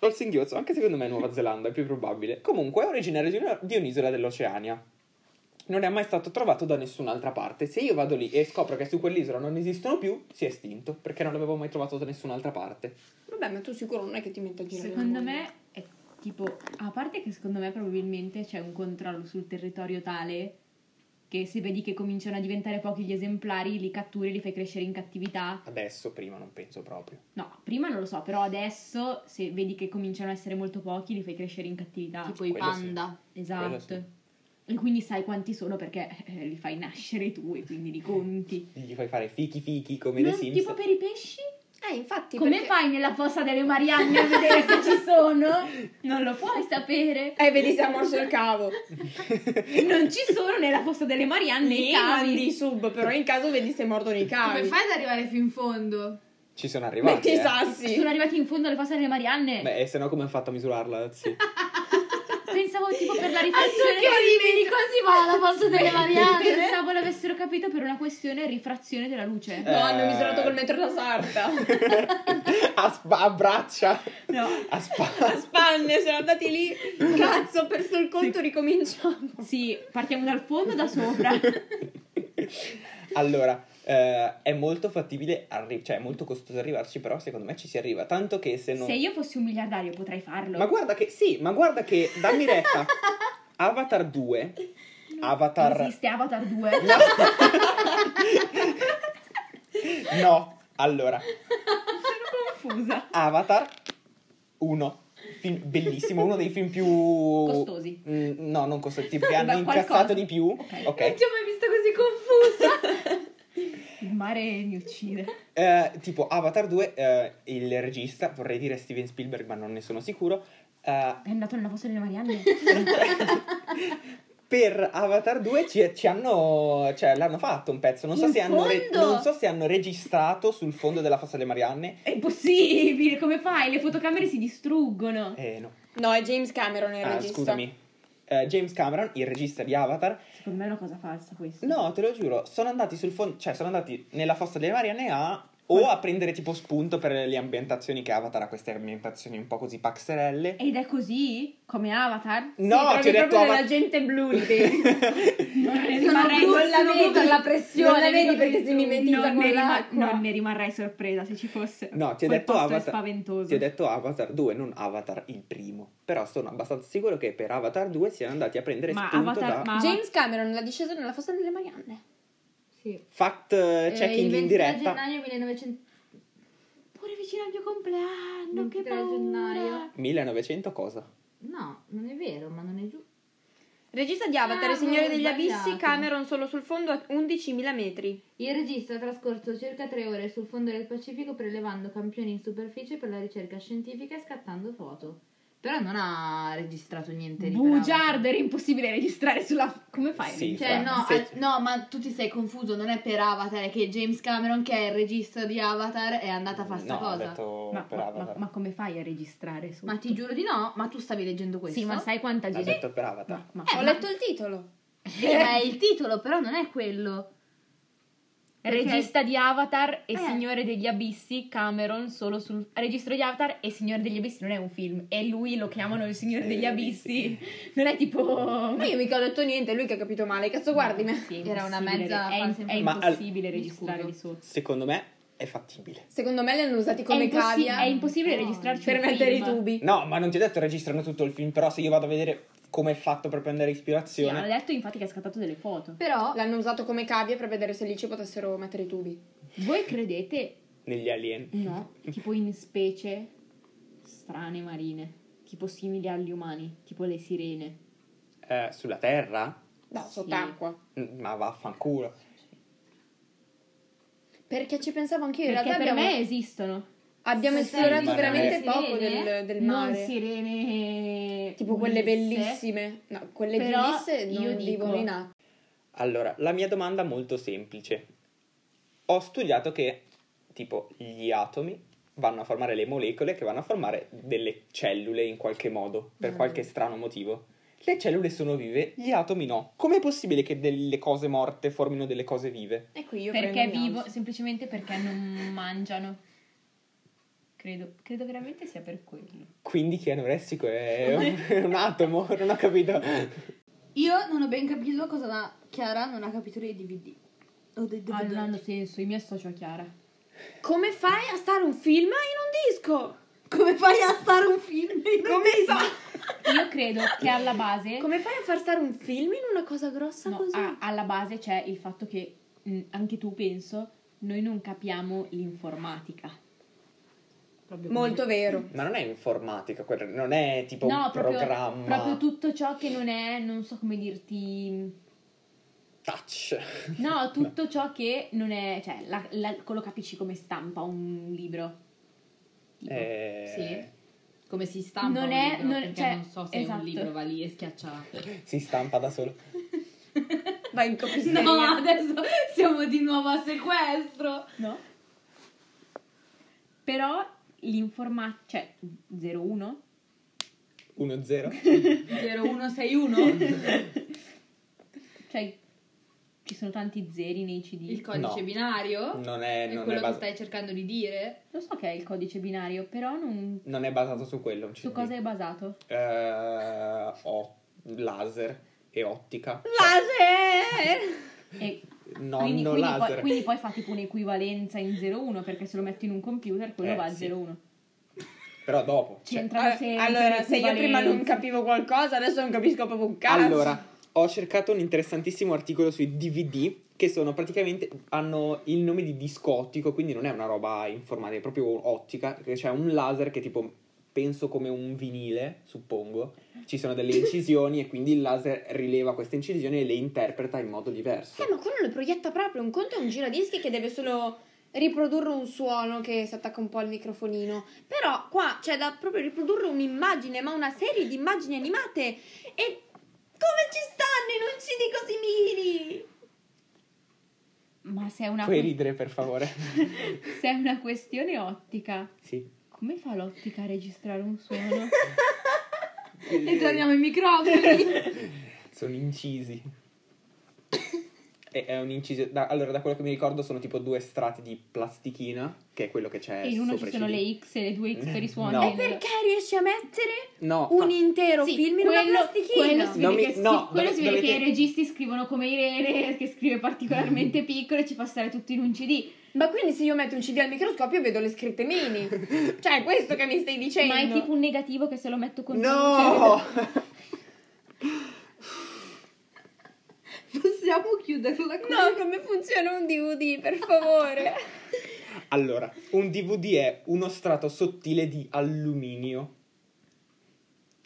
Speaker 4: Ho il singhiozzo, anche secondo me è Nuova Zelanda, è più probabile. Comunque è originario di, una- di un'isola dell'Oceania. Non è mai stato trovato da nessun'altra parte. Se io vado lì e scopro che su quell'isola non esistono più, si è estinto, perché non l'avevo mai trovato da nessun'altra parte.
Speaker 3: Vabbè, ma tu sicuro non è che ti metti a girare il
Speaker 2: Secondo
Speaker 3: mondo.
Speaker 2: me è tipo, a parte che secondo me probabilmente c'è un controllo sul territorio tale che se vedi che cominciano a diventare pochi gli esemplari, li catturi, li fai crescere in cattività.
Speaker 4: Adesso, prima, non penso proprio.
Speaker 2: No, prima non lo so, però adesso se vedi che cominciano a essere molto pochi, li fai crescere in cattività.
Speaker 1: tipo i
Speaker 4: quello sì.
Speaker 1: panda.
Speaker 2: esatto.
Speaker 4: sì.
Speaker 2: E quindi sai quanti sono perché eh, li fai nascere tu e quindi li conti.
Speaker 4: Gli fai fare fichi fichi come
Speaker 2: Non-
Speaker 4: dei Sims.
Speaker 2: tipo per i pesci?
Speaker 3: Eh, infatti,
Speaker 2: Come
Speaker 3: perché-
Speaker 2: fai nella fossa delle Marianne a vedere se ci sono? Non lo puoi sapere.
Speaker 3: Eh, vedi se ha morso il
Speaker 2: [laughs]
Speaker 3: cavo.
Speaker 2: Non ci sono nella fossa delle Marianne i
Speaker 3: Lì mandi i
Speaker 2: cavi.
Speaker 3: sub, però in caso vedi se è morto nei cavi.
Speaker 1: Come fai ad arrivare fino in fondo?
Speaker 4: Ci sono arrivati.
Speaker 3: Metti i
Speaker 4: eh.
Speaker 3: sassi.
Speaker 2: Sono arrivati in fondo alle fosse delle Marianne.
Speaker 4: Beh, e se no come hanno fatto a misurarla?
Speaker 2: [laughs]
Speaker 4: Sì.
Speaker 2: Pensavo tipo per la
Speaker 1: Perché
Speaker 2: rifrazione.
Speaker 1: rimeni così va alla posto delle varianti?
Speaker 2: Pensavo l'avessero capito per una questione rifrazione della luce.
Speaker 3: No, hanno
Speaker 4: Eh.
Speaker 3: misurato col metro da
Speaker 2: Ah,
Speaker 3: sarta.
Speaker 2: [laughs]
Speaker 4: [laughs] a, spa- a braccia.
Speaker 2: No.
Speaker 4: A
Speaker 3: A
Speaker 4: spa- [laughs]
Speaker 3: Spagna, sono andati lì. Cazzo, ho perso il conto, ricominciamo.
Speaker 2: Sì, partiamo dal fondo da sopra.
Speaker 4: Allora, eh, è molto fattibile, arri- cioè è molto costoso arrivarci, però secondo me ci si arriva. Tanto che se non...
Speaker 2: Se io fossi un miliardario potrei farlo.
Speaker 4: Eh, Ma guarda che, sì, ma guarda che, dammi
Speaker 2: [laughs]
Speaker 4: retta. Avatar 2. Avatar...
Speaker 2: Esiste Avatar 2.
Speaker 4: No, allora,
Speaker 2: Sono confusa.
Speaker 4: Avatar 1. Film bellissimo, uno dei film più...
Speaker 2: Costosi.
Speaker 4: Mm, no, non costosi, tipo che hanno
Speaker 2: Beh, qualcosa.
Speaker 4: incassato di più.
Speaker 2: Ok.
Speaker 4: ok.
Speaker 1: ti ho mai visto così
Speaker 4: [laughs]
Speaker 1: confusa.
Speaker 2: Il mare mi uccide.
Speaker 4: Eh, tipo Avatar 2, eh, il regista, vorrei dire Steven Spielberg, ma non ne sono sicuro. eh,
Speaker 2: È andato nella fossa delle Marianne.
Speaker 4: per Avatar 2 ci, ci hanno, cioè, l'hanno fatto un pezzo. Non so,
Speaker 5: In
Speaker 4: se hanno re-
Speaker 5: fondo?
Speaker 4: non so se hanno registrato sul fondo della fossa delle Marianne.
Speaker 2: [laughs] È impossibile, come fai? Le fotocamere si distruggono.
Speaker 4: Eh no,
Speaker 3: No, è James Cameron il
Speaker 4: Ah,
Speaker 3: regista.
Speaker 4: scusami. Eh, James Cameron, il regista di Avatar,
Speaker 2: Secondo me è una cosa falsa questa.
Speaker 4: No, te lo giuro, sono andati sul fondo, cioè sono andati nella fossa delle Marianne a o a prendere tipo spunto per le ambientazioni che Avatar ha queste ambientazioni un po' così paxerelle.
Speaker 2: Ed è così? Come Avatar?
Speaker 5: Sì,
Speaker 4: No, ci ho
Speaker 5: trovi
Speaker 4: detto
Speaker 5: proprio della
Speaker 4: Avatar.
Speaker 5: gente blu lì
Speaker 4: [laughs]
Speaker 5: dentro.
Speaker 2: Non ne
Speaker 5: Sono
Speaker 2: rimarrei
Speaker 5: blu,
Speaker 2: sorpresa.
Speaker 5: la vedi per la pressione.
Speaker 3: Non la vedi perché si mimetizza
Speaker 2: Non
Speaker 3: con
Speaker 2: ne, rima-
Speaker 3: l'acqua.
Speaker 2: non ne rimarrei sorpresa se ci fosse.
Speaker 4: No, ti ho
Speaker 2: Quel
Speaker 4: detto
Speaker 2: posto è
Speaker 4: Avatar.
Speaker 2: spaventoso.
Speaker 4: Ti ho detto Avatar 2, non Avatar il primo. Però sono abbastanza sicuro che per Avatar 2 siano andati a prendere
Speaker 2: Ma
Speaker 4: spunto
Speaker 2: Avatar-
Speaker 4: da
Speaker 2: ma-
Speaker 3: James Cameron, la discesa nella fossa delle Marianne.
Speaker 1: Sì.
Speaker 4: fact eh, checking
Speaker 1: Eh, il 23
Speaker 4: in diretta.
Speaker 1: gennaio 1900
Speaker 2: Pure vicino al mio compleanno, che
Speaker 1: 23
Speaker 2: paura.
Speaker 1: gennaio.
Speaker 4: 1900 cosa?
Speaker 1: No, non è vero, ma non è giusto.
Speaker 3: Regista di Avatar,
Speaker 1: Ah,
Speaker 3: il Signore
Speaker 1: avevo
Speaker 3: degli Abissi,
Speaker 1: sbagliato.
Speaker 3: Cameron solo sul fondo a 11.000 metri.
Speaker 2: Eh,
Speaker 1: Il regista ha trascorso circa tre ore sul fondo del Pacifico prelevando campioni in superficie per la ricerca scientifica e scattando foto. Però non ha registrato niente di
Speaker 2: Bugiardo, era impossibile registrare sulla... Come fai?
Speaker 4: Sì.
Speaker 5: Cioè,
Speaker 4: Infatti,
Speaker 5: no,
Speaker 4: sì.
Speaker 5: al- no, ma tu ti sei confuso, non è per Avatar, è che James Cameron, che è il regista di Avatar, è andata a fare sta
Speaker 4: no, ho
Speaker 5: cosa.
Speaker 4: detto
Speaker 2: Ma,
Speaker 4: per
Speaker 2: ma-
Speaker 4: Avatar.
Speaker 2: ma- ma come fai a registrare su?
Speaker 5: Ma ti giuro di no, ma tu stavi leggendo questo.
Speaker 2: Sì, ma sai quanta
Speaker 4: L'ha
Speaker 2: gente...
Speaker 4: detto per Avatar.
Speaker 2: Ma, ma-
Speaker 5: Eh,
Speaker 3: Ho
Speaker 5: ma-
Speaker 3: letto il titolo.
Speaker 5: Sì, ma è il titolo, però non è quello. Perché-
Speaker 2: Regista di Avatar e
Speaker 5: Eh.
Speaker 2: Signore degli Abissi, Cameron solo sul registro di Avatar e Signore degli Abissi non è un film, e lui lo chiamano il Signore
Speaker 4: Eh,
Speaker 2: degli Abissi. [laughs] Non è tipo
Speaker 3: Ma io mica ho detto niente, è lui che ha capito male. Cazzo, guardi me.
Speaker 2: Sì, è
Speaker 5: Era una
Speaker 2: impossibile,
Speaker 5: mezza
Speaker 2: è,
Speaker 5: fase-
Speaker 2: è
Speaker 4: Ma al-
Speaker 2: impossibile
Speaker 5: Mi
Speaker 2: registrare
Speaker 5: scuso.
Speaker 2: lì sotto.
Speaker 4: Secondo me è fattibile.
Speaker 3: Secondo me li hanno usati
Speaker 2: è,
Speaker 3: come
Speaker 2: impossi-
Speaker 3: cavia
Speaker 2: è impossibile
Speaker 1: No,
Speaker 2: registrarci
Speaker 3: per
Speaker 2: un film.
Speaker 3: mettere i tubi.
Speaker 4: No, ma non ti ho detto registrano tutto il film, però se io vado a vedere come è fatto per prendere
Speaker 2: Sì,
Speaker 4: ispirazione.
Speaker 2: hanno detto infatti che ha scattato delle foto.
Speaker 1: Però
Speaker 3: L'hanno usato come cavia per vedere se lì ci potessero mettere i tubi.
Speaker 2: Voi credete
Speaker 4: negli alien.
Speaker 2: No, tipo in specie strane marine, tipo simili agli umani, tipo le sirene.
Speaker 4: Eh, sulla Terra?
Speaker 3: No,
Speaker 2: Sì.
Speaker 3: sott'acqua.
Speaker 4: Mm, Ma vaffanculo.
Speaker 3: Perché ci pensavo anch'io. In
Speaker 2: Perché per
Speaker 3: realtà abbiamo,
Speaker 2: me esistono.
Speaker 3: abbiamo
Speaker 1: Se sei
Speaker 3: esplorato
Speaker 4: in
Speaker 3: veramente
Speaker 1: mare.
Speaker 3: poco del, del
Speaker 2: eh. Non
Speaker 3: mare.
Speaker 2: sirene
Speaker 3: Tipo quelle
Speaker 2: ulisse.
Speaker 3: bellissime. No, quelle di
Speaker 2: Però
Speaker 3: Ulisse non
Speaker 2: io dico-
Speaker 3: vivono in acqua.
Speaker 4: Allora, la mia domanda è molto semplice. Ho studiato che, tipo, gli atomi vanno a formare le molecole che vanno a formare delle cellule in qualche modo,
Speaker 2: Mm.
Speaker 4: per qualche strano motivo. Le cellule sono vive, gli atomi no. Com'è possibile che delle cose morte formino delle cose vive?
Speaker 3: E qui io
Speaker 2: Perché
Speaker 3: prendo mia
Speaker 2: vivo,
Speaker 3: ansia.
Speaker 2: semplicemente perché non mangiano. Credo, credo veramente sia per quello.
Speaker 4: Quindi chi è anoressico
Speaker 2: [laughs]
Speaker 4: è un, è un atomo, non ho capito.
Speaker 1: io non ho ben capito cosa la Chiara non ha capito dei DVD. O dei DVD.
Speaker 2: Ah, non hanno senso, io mi associo a
Speaker 3: [laughs]
Speaker 2: Chiara.
Speaker 3: Come fai a stare un film in un disco?
Speaker 1: Come fai a stare un film?
Speaker 3: Come fa?
Speaker 2: Io credo che alla base
Speaker 3: Come fai a far stare un film in una cosa grossa
Speaker 2: No, ah.
Speaker 3: così?
Speaker 2: a- alla base c'è il fatto che mh, anche tu penso noi non capiamo l'informatica.
Speaker 3: Molto vero.
Speaker 4: Ma non è informatica, quella- non è tipo
Speaker 2: no,
Speaker 4: un
Speaker 2: proprio,
Speaker 4: programma
Speaker 2: proprio tutto ciò che non è, non so come dirti.
Speaker 4: touch.
Speaker 2: No, tutto ciò che non è, cioè, la, la- lo capisci come stampa un libro. Tipo.
Speaker 4: Eh,
Speaker 1: Come si stampa
Speaker 2: Non
Speaker 1: un
Speaker 2: è-
Speaker 1: libro?
Speaker 2: non-
Speaker 1: perché
Speaker 2: cioè,
Speaker 1: non so se
Speaker 2: esatto.
Speaker 1: un libro va lì e schiaccia.
Speaker 5: [laughs]
Speaker 4: Si stampa da solo.
Speaker 2: [laughs]
Speaker 3: Vai in copisteria.
Speaker 1: No, adesso siamo di nuovo a sequestro.
Speaker 2: No? Però l'informatica, cioè
Speaker 3: [laughs]
Speaker 2: 01 [laughs]
Speaker 4: 1-0.
Speaker 5: [laughs]
Speaker 1: 0161.
Speaker 2: cioè ci sono tanti zeri nei CD.
Speaker 1: Il codice
Speaker 4: No.
Speaker 1: binario.
Speaker 4: Non è,
Speaker 1: è
Speaker 4: non
Speaker 1: quello
Speaker 4: è
Speaker 1: che
Speaker 4: bas-
Speaker 1: stai cercando di dire?
Speaker 2: Lo so che è il codice binario, però non
Speaker 4: non è basato su quello. un
Speaker 2: su
Speaker 4: CD.
Speaker 2: cosa è basato?
Speaker 4: Eh, ho laser e ottica.
Speaker 3: Laser!
Speaker 2: E
Speaker 4: Nonno
Speaker 2: quindi, quindi
Speaker 4: laser.
Speaker 2: poi, quindi poi fa tipo un'equivalenza in 01 perché se lo metto in un computer quello
Speaker 4: Eh,
Speaker 2: va a
Speaker 4: sì.
Speaker 2: 01.
Speaker 4: Però dopo.
Speaker 2: Ci
Speaker 4: cioè,
Speaker 2: entrano sempre.
Speaker 3: eh, allora,
Speaker 2: le
Speaker 3: se io prima non
Speaker 2: equivalenze.
Speaker 3: capivo qualcosa, adesso non capisco proprio un cazzo.
Speaker 4: Allora, ho cercato un interessantissimo articolo sui DVD che sono praticamente hanno il nome di disco ottico, quindi non è una roba informatica, è proprio ottica, che c'è un laser che tipo penso come un vinile, suppongo. Ci
Speaker 2: [laughs]
Speaker 4: sono delle incisioni e quindi il laser rileva queste incisioni e le interpreta in modo diverso.
Speaker 3: Eh, ma quello lo proietta proprio. Un conto è un giradischi che deve solo riprodurre un suono che si attacca un po' al microfonino. Però qua c'è da proprio riprodurre un'immagine, ma una serie di immagini animate. E Come ci stanno i noccini così mini?
Speaker 2: Eh. Ma se è una,
Speaker 4: Puoi
Speaker 2: que-
Speaker 4: ridere, per favore. [laughs]
Speaker 2: se è una questione ottica,
Speaker 4: sì.
Speaker 2: come fa l'ottica a registrare un
Speaker 4: Eh,
Speaker 2: suono?
Speaker 1: E torniamo ai
Speaker 4: [laughs]
Speaker 1: microfoni.
Speaker 4: Sono incisi. E- è un inciso. da- allora, da quello che mi ricordo, sono tipo due strati di plastichina, che è quello che c'è.
Speaker 2: e in uno
Speaker 4: sopra
Speaker 2: ci
Speaker 4: i
Speaker 2: sono
Speaker 4: CD.
Speaker 2: le X e le due X per i suoni.
Speaker 4: No.
Speaker 3: E perché riesci a mettere
Speaker 4: No, fa-
Speaker 3: un intero
Speaker 2: Sì,
Speaker 3: film in una
Speaker 2: quello,
Speaker 3: plastichina?
Speaker 2: quello si vede,
Speaker 4: Non mi-
Speaker 2: che,
Speaker 4: no,
Speaker 2: sì, quello si vede
Speaker 4: dovete- Mm.
Speaker 2: che i registi scrivono come Irene, che scrive particolarmente piccolo e ci fa stare tutto in un CD.
Speaker 3: Ma quindi se io metto un CD al microscopio vedo le scritte mini. cioè, è questo che mi stai dicendo.
Speaker 2: Ma è tipo un negativo che se lo metto con
Speaker 4: No!
Speaker 1: Possiamo chiuderla qui?
Speaker 3: No, come funziona un DVD, per favore.
Speaker 4: [laughs] allora, un DVD è uno strato sottile di alluminio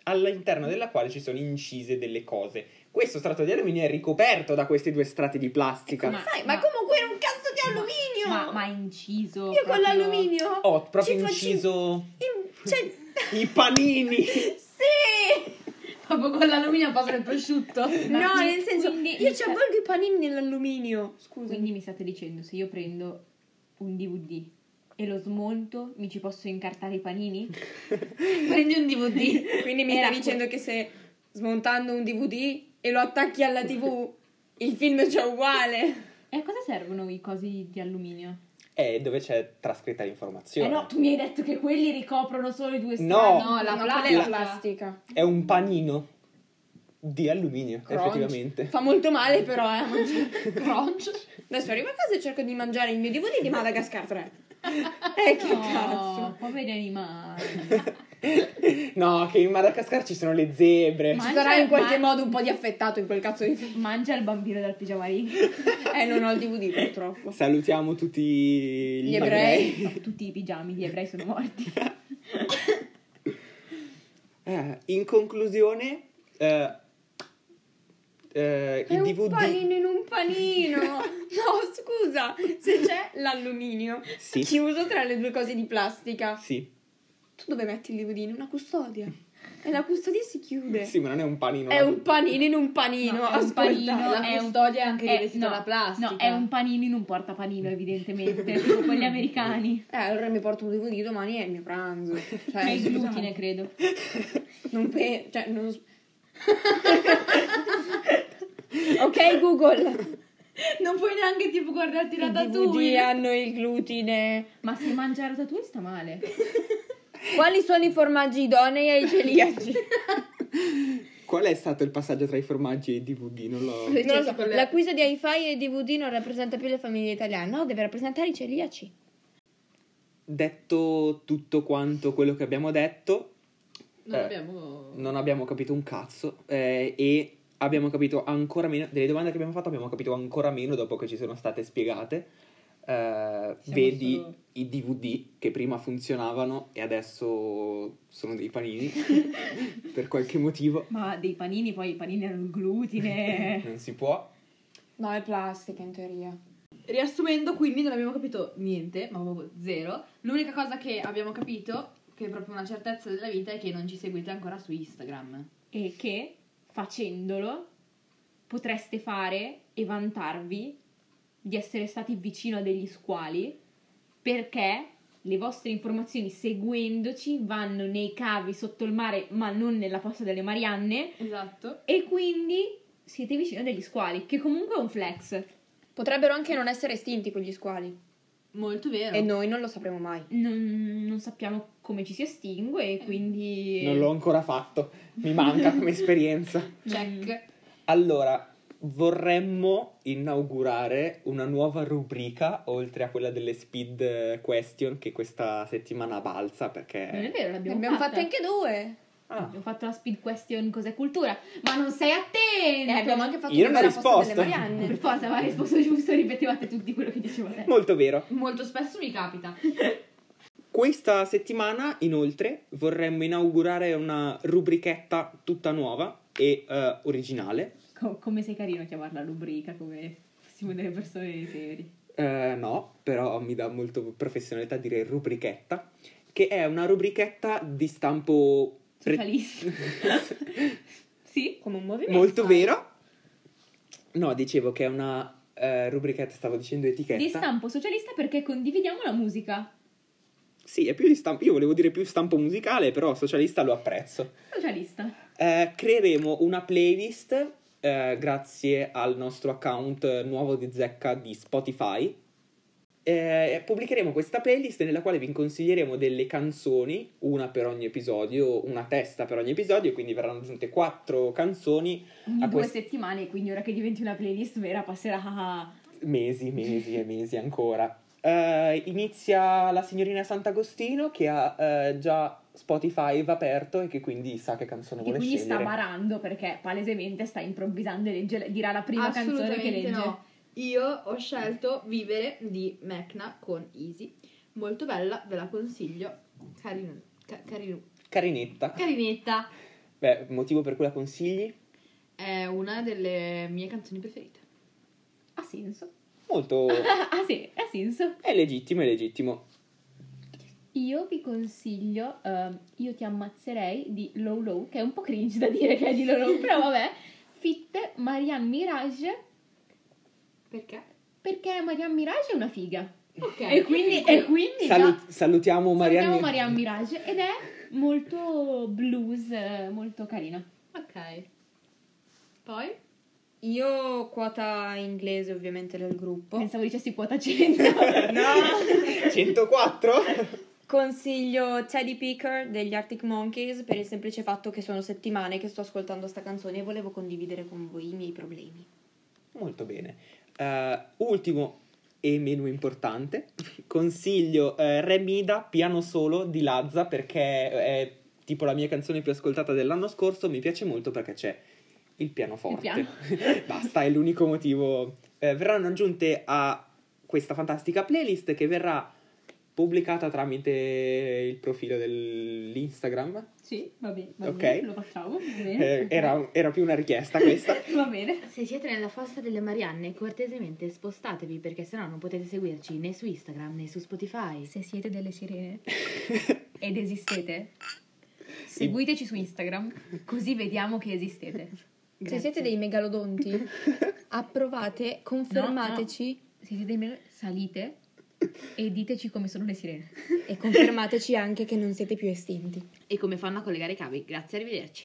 Speaker 4: all'interno della quale ci sono incise delle cose. Questo strato di alluminio è ricoperto da questi due strati di plastica.
Speaker 2: Ma-
Speaker 3: Sai, ma,
Speaker 2: ma-
Speaker 3: comunque era un cazzo di alluminio.
Speaker 2: Ma, ma inciso.
Speaker 3: Io con
Speaker 2: proprio-
Speaker 3: l'alluminio.
Speaker 4: Ho proprio
Speaker 3: ci faccio-
Speaker 4: inciso
Speaker 3: in- cioè,
Speaker 4: i panini.
Speaker 3: sì!
Speaker 1: Proprio con l'alluminio proprio il
Speaker 2: [laughs]
Speaker 1: prosciutto.
Speaker 2: Ma
Speaker 3: [laughs] no,
Speaker 2: quindi-
Speaker 3: nel senso,
Speaker 2: quindi-
Speaker 3: io ci avvolgo i panini nell'alluminio. Scusa.
Speaker 2: Quindi mi state dicendo, se io prendo un DVD e lo smonto, mi ci posso incartare i panini?
Speaker 1: Prendi un DVD.
Speaker 3: Quindi mi
Speaker 2: Era
Speaker 3: stai dicendo che se smontando un DVD e lo attacchi alla TV, il film è già uguale.
Speaker 2: E a cosa servono i cosi di alluminio?
Speaker 4: È dove c'è trascritta l'informazione.
Speaker 2: Eh no, tu mi hai detto che quelli ricoprono solo i due strati.
Speaker 4: No.
Speaker 1: No, la
Speaker 3: No, quella è
Speaker 1: plastica.
Speaker 3: la plastica.
Speaker 4: È un panino di alluminio,
Speaker 3: Crunch.
Speaker 4: effettivamente. [laughs]
Speaker 3: Fa molto male però, eh.
Speaker 1: Ecco. Crunch.
Speaker 3: Adesso arrivo a casa e cerco di mangiare il mio DVD di
Speaker 2: [laughs]
Speaker 3: Madagascar 3. Eh, che
Speaker 2: No,
Speaker 3: cazzo.
Speaker 2: poveri animali.
Speaker 4: no, che in Madagascar ci sono le zebre.
Speaker 2: Ma-
Speaker 3: Ci sarà in qualche
Speaker 2: ma-
Speaker 3: modo un po' di affettato in quel cazzo di film.
Speaker 2: Mangia il bambino dal pigiamarì.
Speaker 3: Eh, non ho il DVD purtroppo.
Speaker 4: Salutiamo tutti gli,
Speaker 3: Gli ebrei.
Speaker 2: No, [laughs] tutti i pigiami di ebrei sono morti.
Speaker 4: Eh, in conclusione, eh, eh,
Speaker 3: È
Speaker 4: il
Speaker 3: un
Speaker 4: DVD...
Speaker 3: panino in un
Speaker 2: [laughs]
Speaker 3: panino. No, scusa, se c'è l'alluminio
Speaker 4: Sì.
Speaker 3: chiuso tra le due cose di plastica,
Speaker 4: Sì.
Speaker 3: tu dove metti il DVD? In una custodia. E la custodia si chiude.
Speaker 4: sì, ma non è un panino.
Speaker 3: È un panino in un panino,
Speaker 2: No, è un
Speaker 3: ascolta.
Speaker 2: panino.
Speaker 1: La
Speaker 2: è un-
Speaker 1: custodia è anche
Speaker 2: Eh,
Speaker 1: rivestita
Speaker 2: no,
Speaker 1: da plastica.
Speaker 2: No, è un panino in un portapanino, evidentemente. tipo quelli americani.
Speaker 3: Eh, allora mi porto un DVD domani e è il mio
Speaker 2: [laughs]
Speaker 3: pranzo. Cioè,
Speaker 2: È il
Speaker 3: scusa,
Speaker 2: glutine, credo.
Speaker 3: Non pe- cioè, non... [laughs] ok Google,
Speaker 1: Non puoi neanche tipo guardarti
Speaker 3: i
Speaker 1: la
Speaker 3: DVD
Speaker 1: [laughs] tattoo.
Speaker 3: hanno il glutine.
Speaker 2: Ma se mangia ratatouille sta male.
Speaker 3: Quali sono i formaggi idonei ai celiaci?
Speaker 4: [laughs] Qual è stato il passaggio tra i formaggi e i DVD? Non l'ho...
Speaker 3: Non lo so,
Speaker 1: Cioè, tipo le-
Speaker 3: l'acquisto di hi-fi e DVD non rappresenta più le famiglie italiane, no, deve rappresentare i celiaci.
Speaker 4: Detto tutto quanto quello che abbiamo detto,
Speaker 1: Non
Speaker 4: Eh.
Speaker 1: abbiamo...
Speaker 4: non abbiamo capito un cazzo eh, e abbiamo capito ancora meno delle domande che abbiamo fatto abbiamo capito ancora meno dopo che ci sono state spiegate Eh, vedi
Speaker 2: solo-
Speaker 4: i DVD che prima funzionavano e adesso sono dei panini per qualche motivo
Speaker 2: Ma dei panini, poi i panini hanno il
Speaker 4: [laughs]
Speaker 2: glutine.
Speaker 4: non si può
Speaker 3: No, è plastica in teoria.
Speaker 1: Riassumendo, quindi non abbiamo capito niente, ma proprio zero. L'unica cosa che abbiamo capito, che è proprio una certezza della vita, è che non ci seguite ancora su Instagram.
Speaker 2: e che facendolo potreste fare e vantarvi di essere stati vicino a degli squali perché le vostre informazioni seguendoci vanno nei cavi sotto il mare ma non nella fossa delle Marianne
Speaker 1: Esatto.
Speaker 2: e quindi siete vicino a degli squali che comunque è un flex
Speaker 3: Potrebbero anche non essere estinti quegli squali
Speaker 1: Molto vero.
Speaker 3: e noi non lo sapremo mai.
Speaker 2: non, non sappiamo come ci si estingue e quindi
Speaker 4: non l'ho ancora fatto mi manca come esperienza
Speaker 1: Check.
Speaker 4: allora vorremmo inaugurare una nuova rubrica oltre a quella delle speed question che questa settimana balza perché
Speaker 2: non è vero
Speaker 3: Ne
Speaker 2: l'abbiamo
Speaker 3: abbiamo
Speaker 2: fatta.
Speaker 3: fatte anche due.
Speaker 4: Ah.
Speaker 2: abbiamo fatto la speed question cos'è cultura ma non sei
Speaker 3: E
Speaker 2: attento
Speaker 3: Eh, abbiamo anche fatto
Speaker 4: Io non ho
Speaker 3: due alla Fossa
Speaker 4: risposto.
Speaker 3: delle Marianne.
Speaker 2: Per forza, ma risposto giusto, ripetevate tutti quello che dicevo adesso.
Speaker 4: Molto vero.
Speaker 1: Molto spesso mi capita.
Speaker 4: Questa settimana, inoltre, vorremmo inaugurare una rubrichetta tutta nuova e eh, originale.
Speaker 2: Co- come sei carino a chiamarla rubrica, come fossimo delle persone serie.
Speaker 4: Eh, no, però mi dà molto professionalità dire rubrichetta,
Speaker 3: [laughs]
Speaker 4: che è una rubrichetta di stampo pre-
Speaker 2: Socialista. Sì.
Speaker 3: come un movimento.
Speaker 2: Esatto.
Speaker 4: Molto vero. No, dicevo che è una eh, rubrichetta, stavo dicendo etichetta.
Speaker 2: Di stampo socialista perché condividiamo la musica.
Speaker 4: Sì, è più di stampo. Io volevo dire più stampo musicale, però socialista lo apprezzo.
Speaker 2: Socialista.
Speaker 4: Eh, creeremo una playlist eh, grazie al nostro account nuovo di Zecca di Spotify. Eh, pubblicheremo questa playlist nella quale vi consiglieremo delle canzoni, una per ogni episodio, una testa per ogni episodio, quindi verranno aggiunte quattro canzoni,
Speaker 2: Ogni
Speaker 4: Ah,
Speaker 2: due
Speaker 4: quest-
Speaker 2: settimane, quindi ora che diventi una playlist vera passerà a...
Speaker 4: mesi, mesi e mesi ancora. Eh, inizia la signorina Sant'Agostino che ha eh, già Spotify aperto e che quindi sa che canzone
Speaker 2: Che
Speaker 4: vuole
Speaker 2: quindi
Speaker 4: scegliere.
Speaker 2: sta barando perché palesemente sta improvvisando e legge, dirà la prima canzone che
Speaker 5: Assolutamente
Speaker 2: legge.
Speaker 5: no. Io ho scelto Vivere di Mecna con Easy. Molto bella, ve la consiglio. Carino, ca- carino.
Speaker 4: Carinetta.
Speaker 5: Carinetta.
Speaker 4: Beh, motivo per cui la consigli?
Speaker 5: È una delle mie canzoni preferite.
Speaker 2: Ha senso. [laughs]
Speaker 4: Molto.
Speaker 2: Ah sì, ha senso.
Speaker 4: È legittimo, è legittimo.
Speaker 2: Io vi consiglio ehm, Io ti ammazzerei di Low Low, che è un po' cringe da dire che è di Low Low, [laughs] però vabbè. Fit Marianne Mirage,
Speaker 5: Perché?
Speaker 2: perché Marianne Mirage è una figa.
Speaker 5: Ok.
Speaker 2: Eh, E quindi, e quindi da-
Speaker 4: Salut- salutiamo
Speaker 2: salutiamo
Speaker 4: Marianne.
Speaker 2: Marianne Mirage ed è molto blues, eh, molto carina.
Speaker 5: Ok. Poi?
Speaker 3: Io quota inglese ovviamente del gruppo.
Speaker 2: Pensavo dicessi quota 100. [laughs]
Speaker 4: [laughs] No! 104?
Speaker 3: Consiglio Teddy Picker degli Arctic Monkeys per il semplice fatto che sono settimane che sto ascoltando sta canzone e volevo condividere con voi i miei problemi.
Speaker 4: Molto bene. Eh, ultimo e meno importante, [laughs] consiglio eh, Remida Piano Solo di Lazza perché è tipo la mia canzone più ascoltata dell'anno scorso. Mi piace molto perché c'è il pianoforte.
Speaker 2: Il
Speaker 4: [laughs] Basta, è l'unico motivo. Eh, verranno aggiunte a questa fantastica playlist che verrà pubblicata tramite il profilo dell'Instagram.
Speaker 2: Sì, va bene,
Speaker 4: va bene, Ok. lo
Speaker 2: facciamo.
Speaker 4: Eh, era, era più una richiesta
Speaker 2: [laughs]
Speaker 4: questa.
Speaker 2: Va bene.
Speaker 5: Se siete nella fossa delle Marianne, cortesemente spostatevi perché sennò non potete seguirci né su Instagram né su Spotify.
Speaker 6: Se siete delle sirene ed esistete, seguiteci su Instagram così vediamo che esistete.
Speaker 5: Grazie.
Speaker 6: Se siete dei megalodonti, approvate, confermateci, se siete dei megalodonti, salite e diteci come sono le sirene.
Speaker 3: E confermateci anche che non siete più estinti.
Speaker 5: E come fanno a collegare i cavi? Grazie, arrivederci.